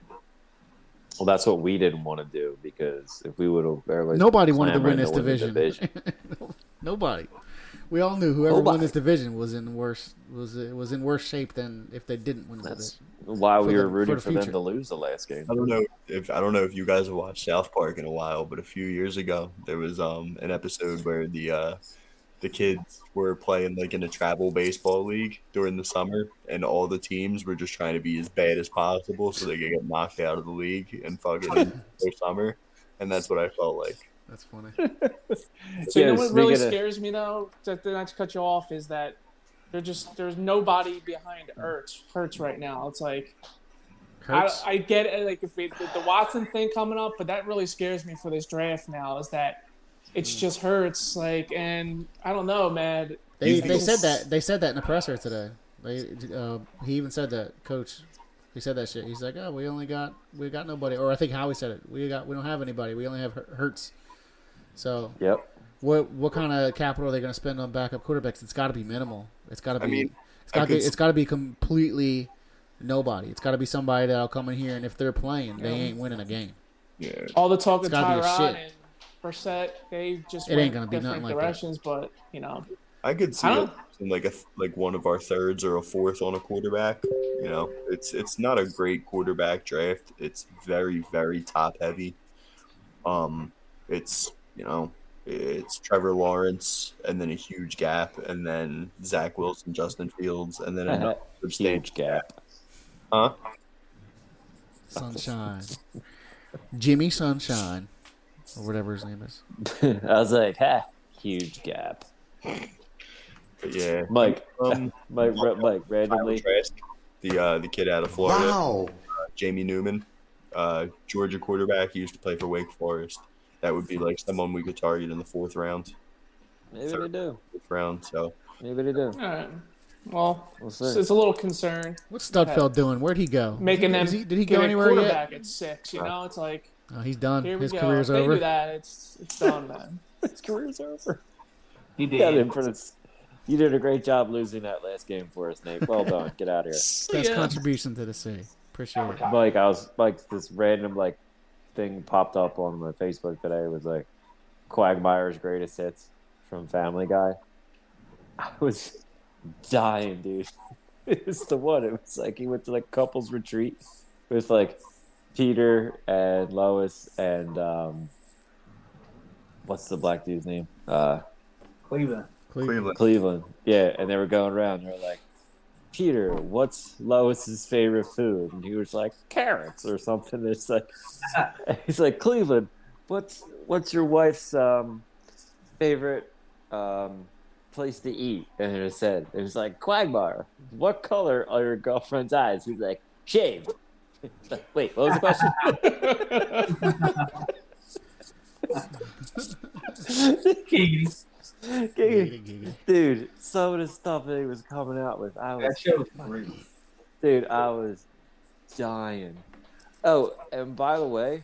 Well, that's what we didn't want to do because if we would have barely
Nobody wanted to
clamoring
win this
the
division. [laughs] Nobody. We all knew whoever won
Nobody.
this division was in worse was was in worse shape than if they didn't win the
That's-
division.
why
For
we
the-
were rooting
for the
for, them
future.
to lose the last game.
I don't know if I don't know if you guys have watched South Park in a while, but a few years ago there was um an episode where the uh the kids were playing like in a travel baseball league during the summer, and all the teams were just trying to be as bad as possible so they could get knocked out of the league and fucking their summer. And that's what I felt like.
[laughs]
That's funny.
So you
Yeah,
know what really
speaking of-
scares me though, that to not to cut you off, is that there's just there's nobody behind Hurts Hurts right now. It's like I,
Hurts.
I get it, like if we, the Watson thing coming up, but that really scares me for this draft now. Is that it's
Hmm.
just Hurts like, and I don't know, man.
They,
You
they
think-
said that they said that in the presser today. They uh, he even said that coach. He said that shit. He's like, oh, we only got we got nobody. Or I think Howie said it. We got we don't have anybody. We only have Hur- Hurts. So
Yep.
what what kind of capital are they going to spend on backup quarterbacks? It's got to be minimal. It's got to be.
I mean,
it's got
I
to
could
it's got to be completely nobody. It's got to be somebody that'll come in here and if they're playing, they ain't winning a game.
Yeah.
All the talk of
It's gotta be a
Tyrod
shit.
and Brissett, they just
It
went
ain't gonna be
different
nothing like that.
directions, but you know,
I could see
I
it
don't-
in like a th- like one of our thirds or a fourth on a quarterback. You know, it's it's not a great quarterback draft. It's very very top heavy. Um, it's you know it's Trevor Lawrence and then a huge gap and then Zach Wilson, Justin Fields, and then another substantial
Huge gap.
huh?
Sunshine. Jimmy Sunshine, or whatever his name is.
[laughs] I was like, ha, huge gap.
But yeah,
Mike,
um,
[laughs] Mike, re- Mike, randomly.
Kyle Trask, the uh, the kid out of Florida, Jamie Newman, uh, Georgia quarterback. He used to play for Wake Forest. That would be like someone we could target in the fourth round,
Maybe they do.
fifth round. So
Maybe they do.
All right. Well,
We'll
it's,
see.
it's a little concern
What's Studfeld doing? Where'd he go?
making them.
Is he, did he
get
go
a
anywhere yet?
quarterback at six. You know, it's like
Oh, he's done.
here we
His
go.
career's
If they do
over.
that. It's it's done, man.
His career's over.
He did.
Yeah, in front of, you did a great job losing that last game for us, Nate. Well done. Get out of here.
[laughs]
Best [laughs]
Yeah.
contribution to the city. Appreciate it.
Like I was like this random like thing popped up on my Facebook today was like Quagmire's greatest hits from Family Guy. I was dying, dude. [laughs] It was the one. It was like he went to like couples retreat with like Peter and Lois and um what's the black dude's name? Uh
Cleveland.
Cleveland.
Cleveland. Yeah, and they were going around. They were like, Peter, what's Lois's favorite food? And he was like, carrots or something. It's like, [laughs] he's like, Cleveland, what's what's your wife's um, favorite um, place to eat? And it said, it was like, Quagmire, what color are your girlfriend's eyes? He's like, shaved. It's like, Wait, what was the question? [laughs]
Keys.
Giggity, giggity.
Dude, some of the stuff that he was coming out with, I was
That show was great.
Dude, I was dying. Oh, and by the way,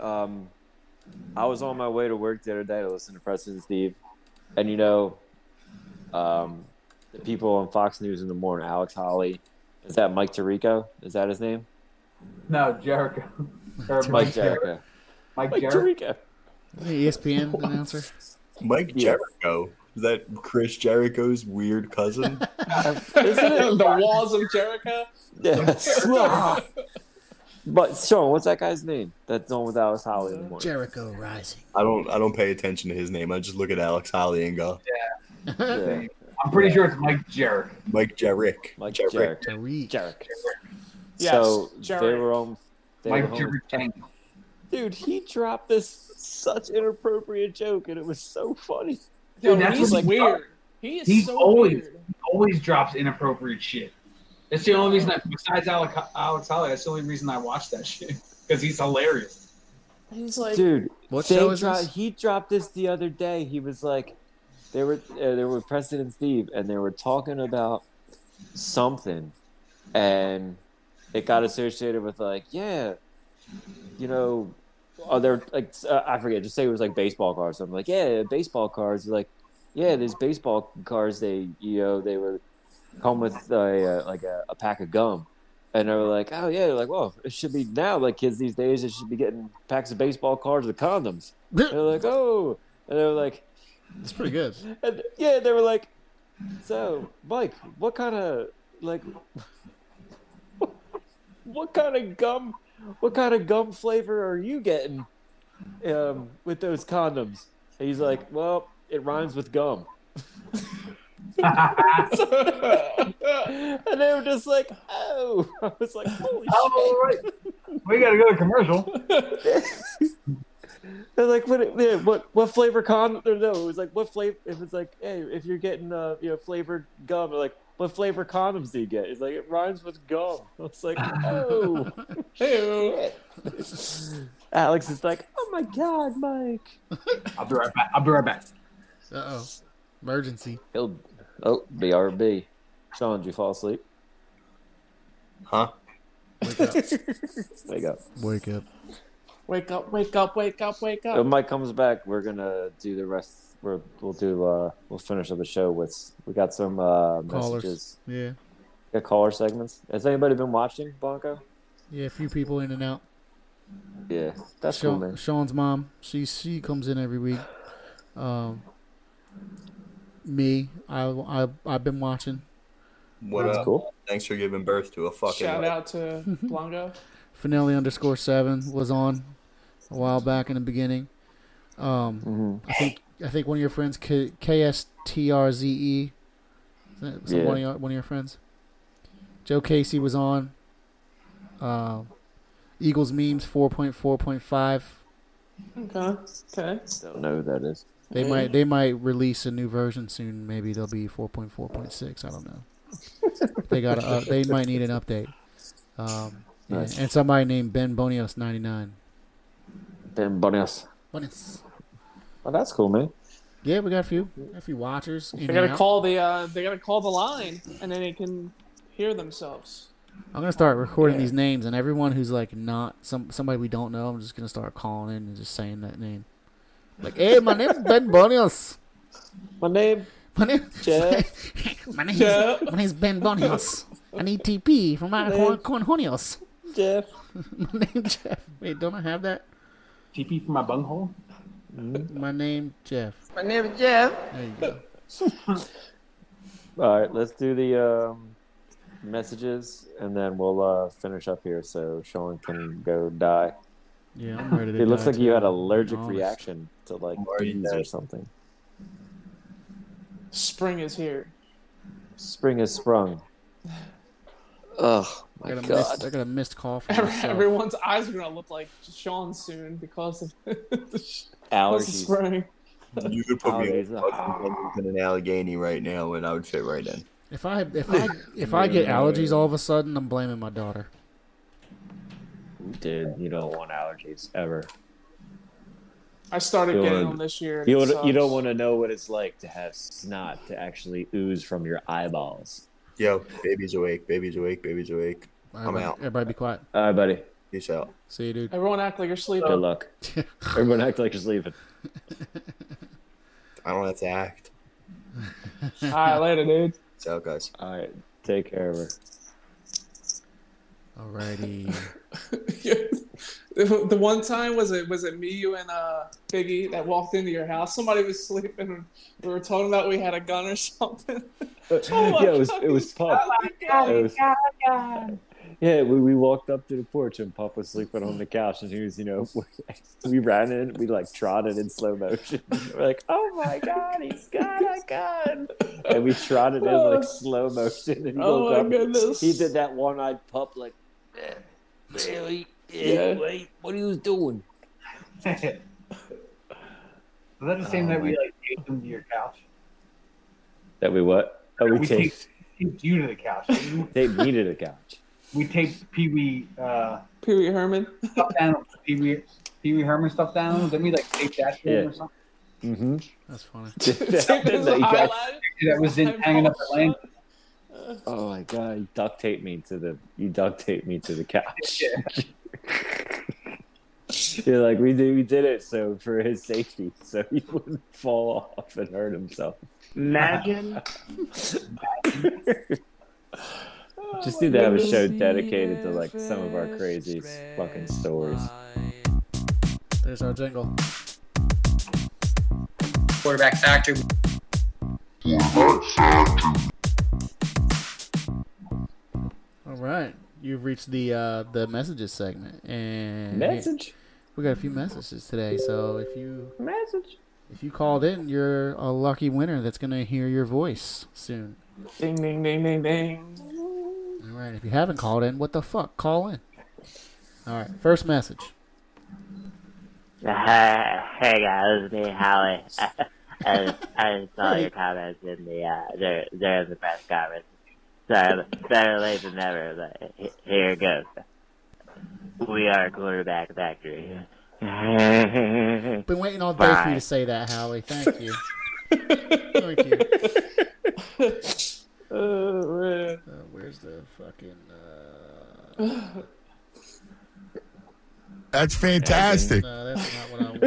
um, I was on my way to work the other day to listen to President Steve, and you know, um, the people on Fox News in the morning, Alex Holly, is that Mike Tirico? Is that his name?
No, Jericho. Or
Mike
Mike Jericho.
Jericho.
Mike
Mike
Jericho.
Tirico.
The ESPN announcer.
Mike
Yeah.
Jericho. Is that Chris Jericho's weird cousin?
[laughs] Isn't it?
[laughs] the walls of Jericho.
Yes. [laughs] but Sean, what's that guy's name? That's on with Alex Holly in the morning.
Jericho Rising.
I don't. I don't pay attention to his name. I just look at Alex Holly and go,
Yeah.
I'm pretty sure it's Mike Jericho.
Mike Jerick.
Mike
Jerick.
Jericho.
Tariq.
Jarek.
Yes,
so they
Jarek.
were on. They were
Mike
on-
Jericho.
Dude, he dropped this such inappropriate joke, and it was so funny.
Dude,
that's
he's
what-
weird. He is
He's
so
always-
weird.
Always drops inappropriate shit. That's the only reason I, besides Alex, Alex Holly, that's the only reason I watch that shit [laughs] because he's hilarious.
He's like,
Dude,
What
they
show is
dro-
this?
he dropped this the other day. He was like, they were uh, they were Preston and Steve, and they were talking about something, and it got associated with like, yeah, you know, oh, they're like, uh, I forget. Just say it was like baseball cards. I'm like, yeah, baseball cards. Like, yeah, these baseball cards. They, you know, they were come with a, uh, like a, a pack of gum. And they were like, oh, yeah, like, well, it should be now, like, kids these days, it should be getting packs of baseball cards with condoms. And they're like, oh. And they were like,
It's pretty good.
and, yeah, they were like, so, Mike, what kind of, like, [laughs] what kind of gum, what kind of gum flavor are you getting um, with those condoms? And he's like, well, it rhymes with gum. [laughs] and they were just like, oh. [laughs] I was like, holy
Oh,
shit.
[laughs] We got to go to commercial.
They're like, what, yeah, what, what flavor con? Or no, it was like, what flavor? It was like, hey, if you're getting, uh, you know, flavored gum, they're like, what flavor condoms do you get? It's like, it rhymes with gum. [laughs] I was like, [laughs] oh.
ew.
Alex is like, oh my God, Mike.
I'll be right back. I'll be right back.
Uh oh. Emergency.
He'll, oh, BRB. Sean, did you fall asleep?
Huh?
Wake up.
There you go.
[laughs] Wake up.
[laughs] Wake up! Wake up! Wake up! Wake
When
up!
Mike comes back, we're gonna do the rest. We're, we'll do. Uh, we'll finish up the show with. We got some uh,
Callers.
messages.
Yeah.
Got caller segments. Has anybody been watching Blanco?
Yeah, a few people in and out.
Yeah, that's cool,
Sean,
man.
Sean's mom. She she comes in every week. Um, me. I I I've been watching.
What
That's
uh,
up?
cool.
Thanks for giving birth to a fucking.
Shout out to Blanco.
Finelli underscore seven was on a while back in the beginning. Um,
Mm-hmm.
I think I think one of your friends K S T R Z E. Is that some-
Yeah.
one of your one of your friends? Joe Casey was on. Um, Eagles memes four point four point five.
Okay. Okay.
Don't know who that is.
They might they might release a new version soon. Maybe they'll be four point four point six. I
[laughs]
don't know. they got uh, they might need an update. Um, yeah,
Nice.
And somebody named Ben Bonios ninety nine.
Ben Bonias.
Bonios.
Well, that's cool, man.
Yeah, we got a few got a few watchers. in
They
and
gotta
out.
call the uh, they gotta call the line, and then they can hear themselves.
I'm gonna start recording
Yeah.
these names, and everyone who's like not some somebody we don't know, I'm just gonna start calling in and just saying that name. Like, hey, my name's Ben Bonios.
My name.
My name,
Jeff.
[laughs] my name's
Jeff.
my name's Ben Bonios. I need TP from my corn cornhonios. [laughs]
Jeff.
My name Jeff. Wait, don't I have that?
TP for my [laughs] bunghole?
My name Jeff.
My name is Jeff.
There you go.
All right, let's do the um, messages, and then we'll uh, finish up here so Sean can go die.
Yeah, I'm ready to.
It looks
die,
like you had
too. Oh,
an allergic
Honest.
reaction to like
Already
beans
dead.
or something.
Spring is here.
Spring has sprung. Oh
I
my
got a missed, I
god!
got a missed call
Oh,
[laughs]
from
Every-
myself.
Everyone's eyes are gonna look like Sean soon because of [laughs] the sh- because of
Allergies.
spring.
You could
Oh,
put me
Allergies.
in an Allegheny right now, and I would fit right in.
If I if I if I get allergies all of a sudden, I'm blaming my daughter.
Dude, you don't want allergies ever.
I started
You
getting
wanna-
them this year. and
You
it
don't, you
sucks.
don't want to know what it's like to have snot to actually ooze from your eyeballs.
Yo, baby's awake, baby's awake, baby's awake. I'm
Everybody-
out.
Everybody be quiet.
All right, buddy.
Peace out.
See you,
[laughs]
dude.
Everyone act like you're
Good
sleeping.
luck. Everyone act like you're sleeping.
I don't have to act.
All right, later, dude.
Peace out, guys.
All right, take care of her.
[laughs]
Alrighty.
[laughs] the one time was it was it me you and uh Biggie that walked into your house. Somebody was sleeping. and We were talking about we had a gun or [laughs] something. my
[laughs] yeah, it was it was Pop. It was- Yeah, we, we walked up to the porch and Pop was sleeping on the couch, and he was, you know, [laughs] we ran in, we like trotted in slow motion. [laughs] We're like, oh my god, he's got a gun, and we trotted in like slow motion, and he
Oh
woke
my
up.
goodness.
He did that one-eyed pup, like, eh, really, eh,
Yeah.
wait, what are you doing?
was that the same that we like taped him to your couch?
That we what? Oh, we,
We
taped,
Taped you to the couch. You-
taped me to the couch.
we taped Pee Wee uh,
Pee Wee Herman.
stuffed animals. Pee Wee Pee Wee Herman stuffed animals. Didn't we like tape that to him
Yeah.
or something?
Mm-hmm.
That's funny.
[laughs]
Taped his eyeliner.
That was in hanging up the lamp.
Oh my god, you duct taped me to the you duct taped me to the couch. [laughs] You're like we did we did it so for his safety, so he wouldn't fall off and hurt himself.
Imagine.
Just
Oh
need to have a show dedicated to like some of our crazy fucking stories.
Ah.
There's our jingle.
Quarterback Factory.
All right. You've reached the uh, the messages segment, and
Message,
we got a few messages today. So if you
message.
if you called in, you're a lucky winner that's gonna hear your voice soon.
Ding ding ding ding ding.
All right. If you haven't called in, what the fuck? Call in. All right. First message.
hey guys, it's me, [laughs] Howie. I, I saw your comments in the uh, there there in the press conference. Sorry, but better late than never. But he- here it goes. We are quarterback factory. [laughs]
Been waiting all day for you
Bye.
to say that, Howie. Thank you. Thank you. [laughs]
Oh man.
Uh, where's the fucking? Uh...
That's fantastic.
No, that's not what I want.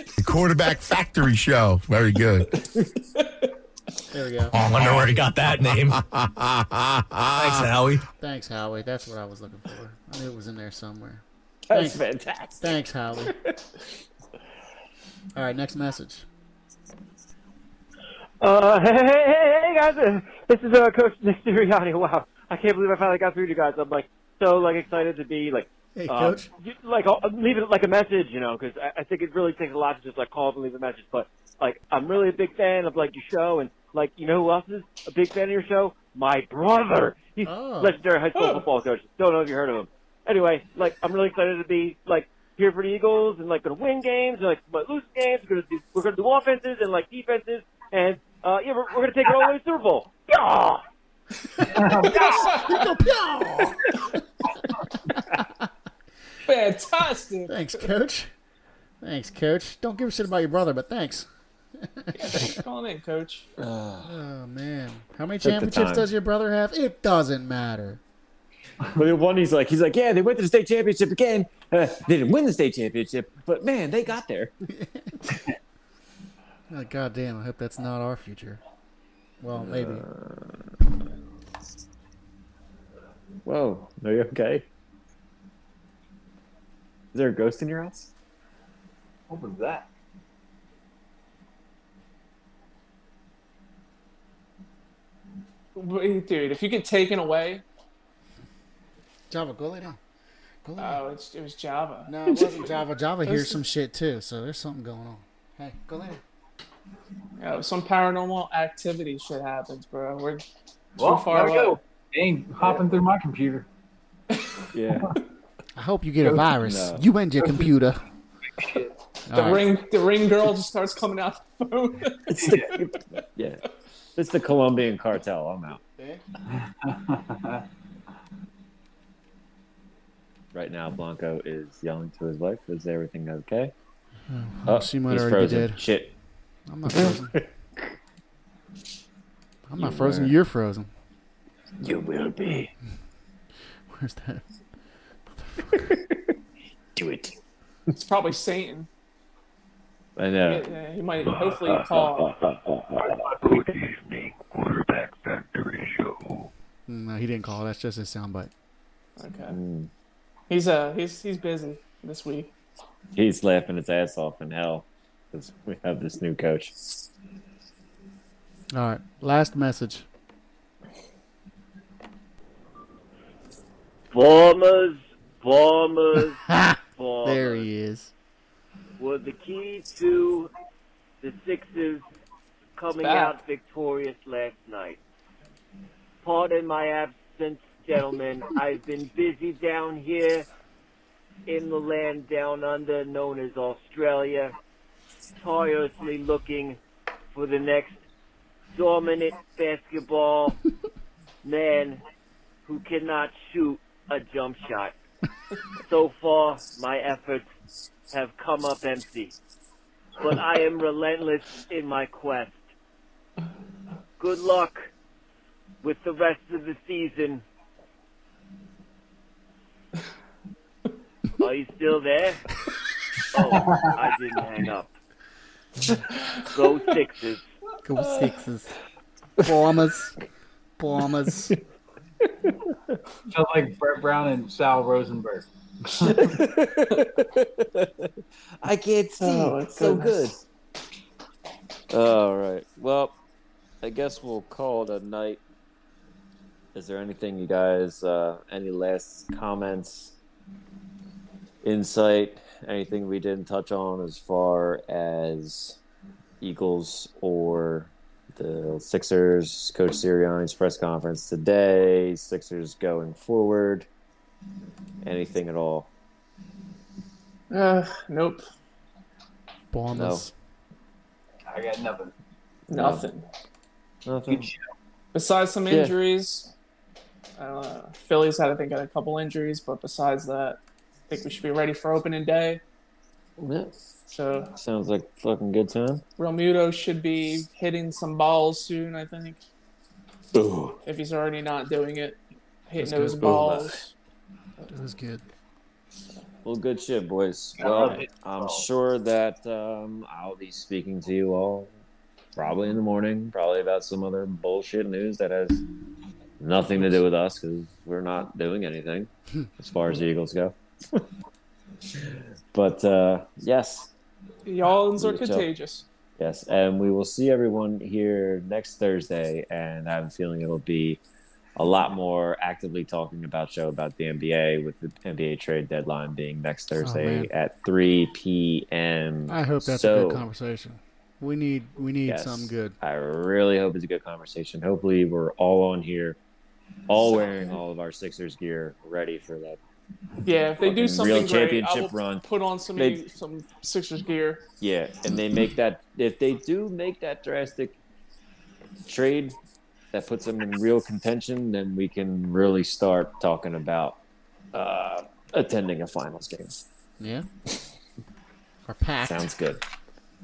The quarterback factory show. Very good.
[laughs]
There we go.
Oh, I wonder where he got that [laughs] name. Thanks, Howie.
Thanks, Howie. That's what I was looking for. I knew it was in there somewhere.
That's
Thanks.
fantastic.
Thanks, Howie. All right, next message.
Uh, hey, hey, hey, hey guys, uh, this is uh, Coach Nick Sirianni. Wow, I can't believe I finally got through to you guys. I'm like so like excited to be like
Hey,
uh,
coach.
you- like I'll, I'll leave it like a message, you know, because I, I think it really takes a lot to just like call up and leave a message. But like I'm really a big fan of like your show, and like you know who else is a big fan of your show? my brother. He's
Oh.
legendary high school
Oh.
football coach. Don't know if you heard of him. Anyway, like I'm really excited to be like here for the Eagles and like gonna win games and like might lose games. We're gonna do we're gonna do offenses and like defenses and uh yeah we're, we're gonna take it all the way to the Super Bowl. Yeah.
Fantastic.
Thanks, coach. Thanks, coach. Don't give a shit about your brother, but thanks.
Thanks for calling in, Coach.
Oh man, how many
the
championships
time.
does your brother have? It doesn't matter.
But the one he's like, he's like, yeah, they went to the state championship again. Uh, they didn't win the state championship, but man, they got there.
Oh, God damn, I hope that's not our future. Well, maybe.
Whoa, are you okay? Is there a ghost in your house?
What was that?
Wait, Dude, if you get taken away,
Java, go lay down. Go
Uh,
lay down.
oh, it's, it was Java.
no, it wasn't
[laughs]
Java. Java hears some shit too, so there's something going on. Hey, go lay down.
Yo, some paranormal activity shit happens, bro. We're
Well, there
far
we
away.
go. They ain't hopping through my computer.
Yeah.
I hope you get a virus.
No.
You and your computer.
[laughs]
the
All right.
ring. The ring girl just starts coming out
[laughs]
the phone.
It's the, yeah. It's the Colombian cartel. I'm out. Right now, Blanco is yelling to his wife, is everything okay? Oh,
she might
he's
already be
frozen.
dead.
Shit.
I'm
[laughs]
not frozen. I'm not
You
frozen.
were.
You're frozen.
You will be.
[laughs] Where's that?
Do it.
[laughs] it's probably Satan.
I
Yeah,
know.
yeah, he might. Hopefully, call.
Good evening, quarterback factory show.
No, he didn't call. That's just his soundbite.
Okay.
Mm.
He's uh he's he's busy this week.
He's laughing his ass off in hell because we have this new coach.
All right. Last message.
Bombers,
[laughs]
bombers,
Oh,
bombers.
There he is.
Were the key to the Sixers coming
back.
out victorious last night. Pardon my absence, gentlemen. I've been busy down here in the land down under known as Australia, tirelessly looking for the next dominant basketball man who cannot shoot a jump shot. so far, my efforts have come up empty, but I am relentless in my quest. Good luck with the rest of the season. Are you still there? Oh, I didn't hang up. Go Sixers.
Go
Uh.
sixes.
[laughs]
Bombers. Bombers.
Felt like Brett Brown and Sal Rosenberg.
I can't see.
Oh,
it's so good. All right. Well, I guess we'll call it a night. Is there anything you guys, uh, any last comments, insight, anything we didn't touch on as far as Eagles or the Sixers, Coach Sirianni's press conference today, Sixers going forward, anything at all?
Uh, nope,
Bombers.
I got nothing.
nothing.
Nothing.
Besides some
Yeah.
injuries, uh, Phillies had I think had a couple injuries, but besides that, I think we should be ready for opening day. So
Sounds like fucking good time.
Romuto should be hitting some balls soon. I think
Ooh.
if he's already not doing it, hitting
That's good.
those balls.
That was good.
Well, good shit, boys.
Yeah, I
Well,
love it.
I'm sure that um, I'll be speaking to you all probably in the morning, probably about some other bullshit news that has nothing to do with us because we're not doing
[laughs]
anything as far as the Eagles go. [laughs] but uh, yes,
Y'all's are
Yeah, so-
contagious.
Yes, and we will see everyone here next Thursday, and I have a feeling it'll be a lot more actively talking about show about the NBA with the NBA trade deadline being next Thursday
Oh, man.
at three p.m.
I hope that's
so,
a good conversation. We need we need
Yes.
something good.
I really hope it's a good conversation. Hopefully, we're all on here, all wearing all of our Sixers gear, ready for that.
Yeah, if they
Fucking
do
real
something great, I will
championship run.
put on some
They-
some Sixers gear.
Yeah, and they make that if they do make that drastic trade that puts them in real contention, then we can really start talking about uh, attending a finals game. [laughs]
Yeah. Or packed.
Sounds good.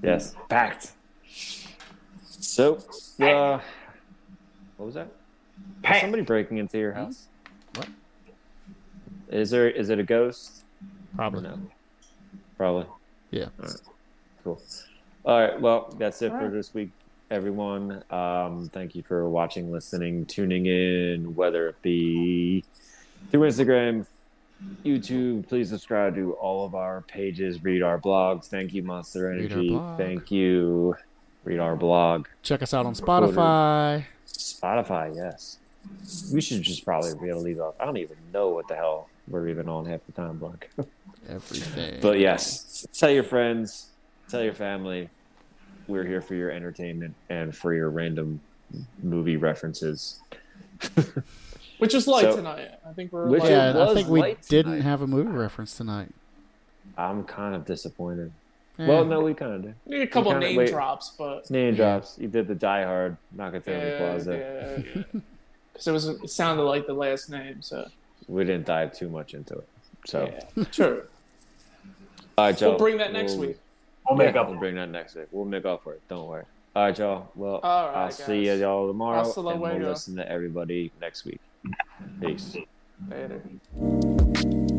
Yes, packed. So, uh, what was that? Is somebody breaking into your house?
What?
Is there? Is it a ghost?
Probably.
No. Probably.
Yeah.
All right. Cool. All right. Well, that's it
All
for
right.
this week, everyone. Um, thank you for watching, listening, tuning in, whether it be through Instagram, YouTube. Please subscribe to all of our pages. Read our blogs. Thank you, Monster
Read our
Energy.
blog.
Thank you. Read our blog.
Check us out on
Recorder.
Spotify.
Spotify, yes. We should just probably be able to leave off. I don't even know what the hell we're even on half the time, Blank.
Everything.
But yes, tell your friends, tell your family. We're here for your entertainment and for your random movie references.
Which is light
So-
tonight. I think we're
Which
light.
is-
yeah,
it
and I
was
think we
light
didn't
tonight.
have a movie reference tonight.
I'm kind of disappointed.
Mm.
Eh,
Well, no, we kind of did.
We need a couple
kinda-
name
wait.
drops, but
Name
Yeah.
drops. You did the Die Hard, Nakatomi
yeah,
Plaza.
yeah, because it was it sounded like the last name. So
We didn't dive too much into it. So,
yeah, sure.
all right, y'all.
We'll bring that next
We'll-
week.
I'll make
yeah,
up.
We'll bring that next week. We'll make up for it. Don't worry. All right, y'all. Well,
All right,
I'll
guys.
see you y'all tomorrow,
Hasta
and we'll
luego.
listen to everybody next week. Peace.
Later.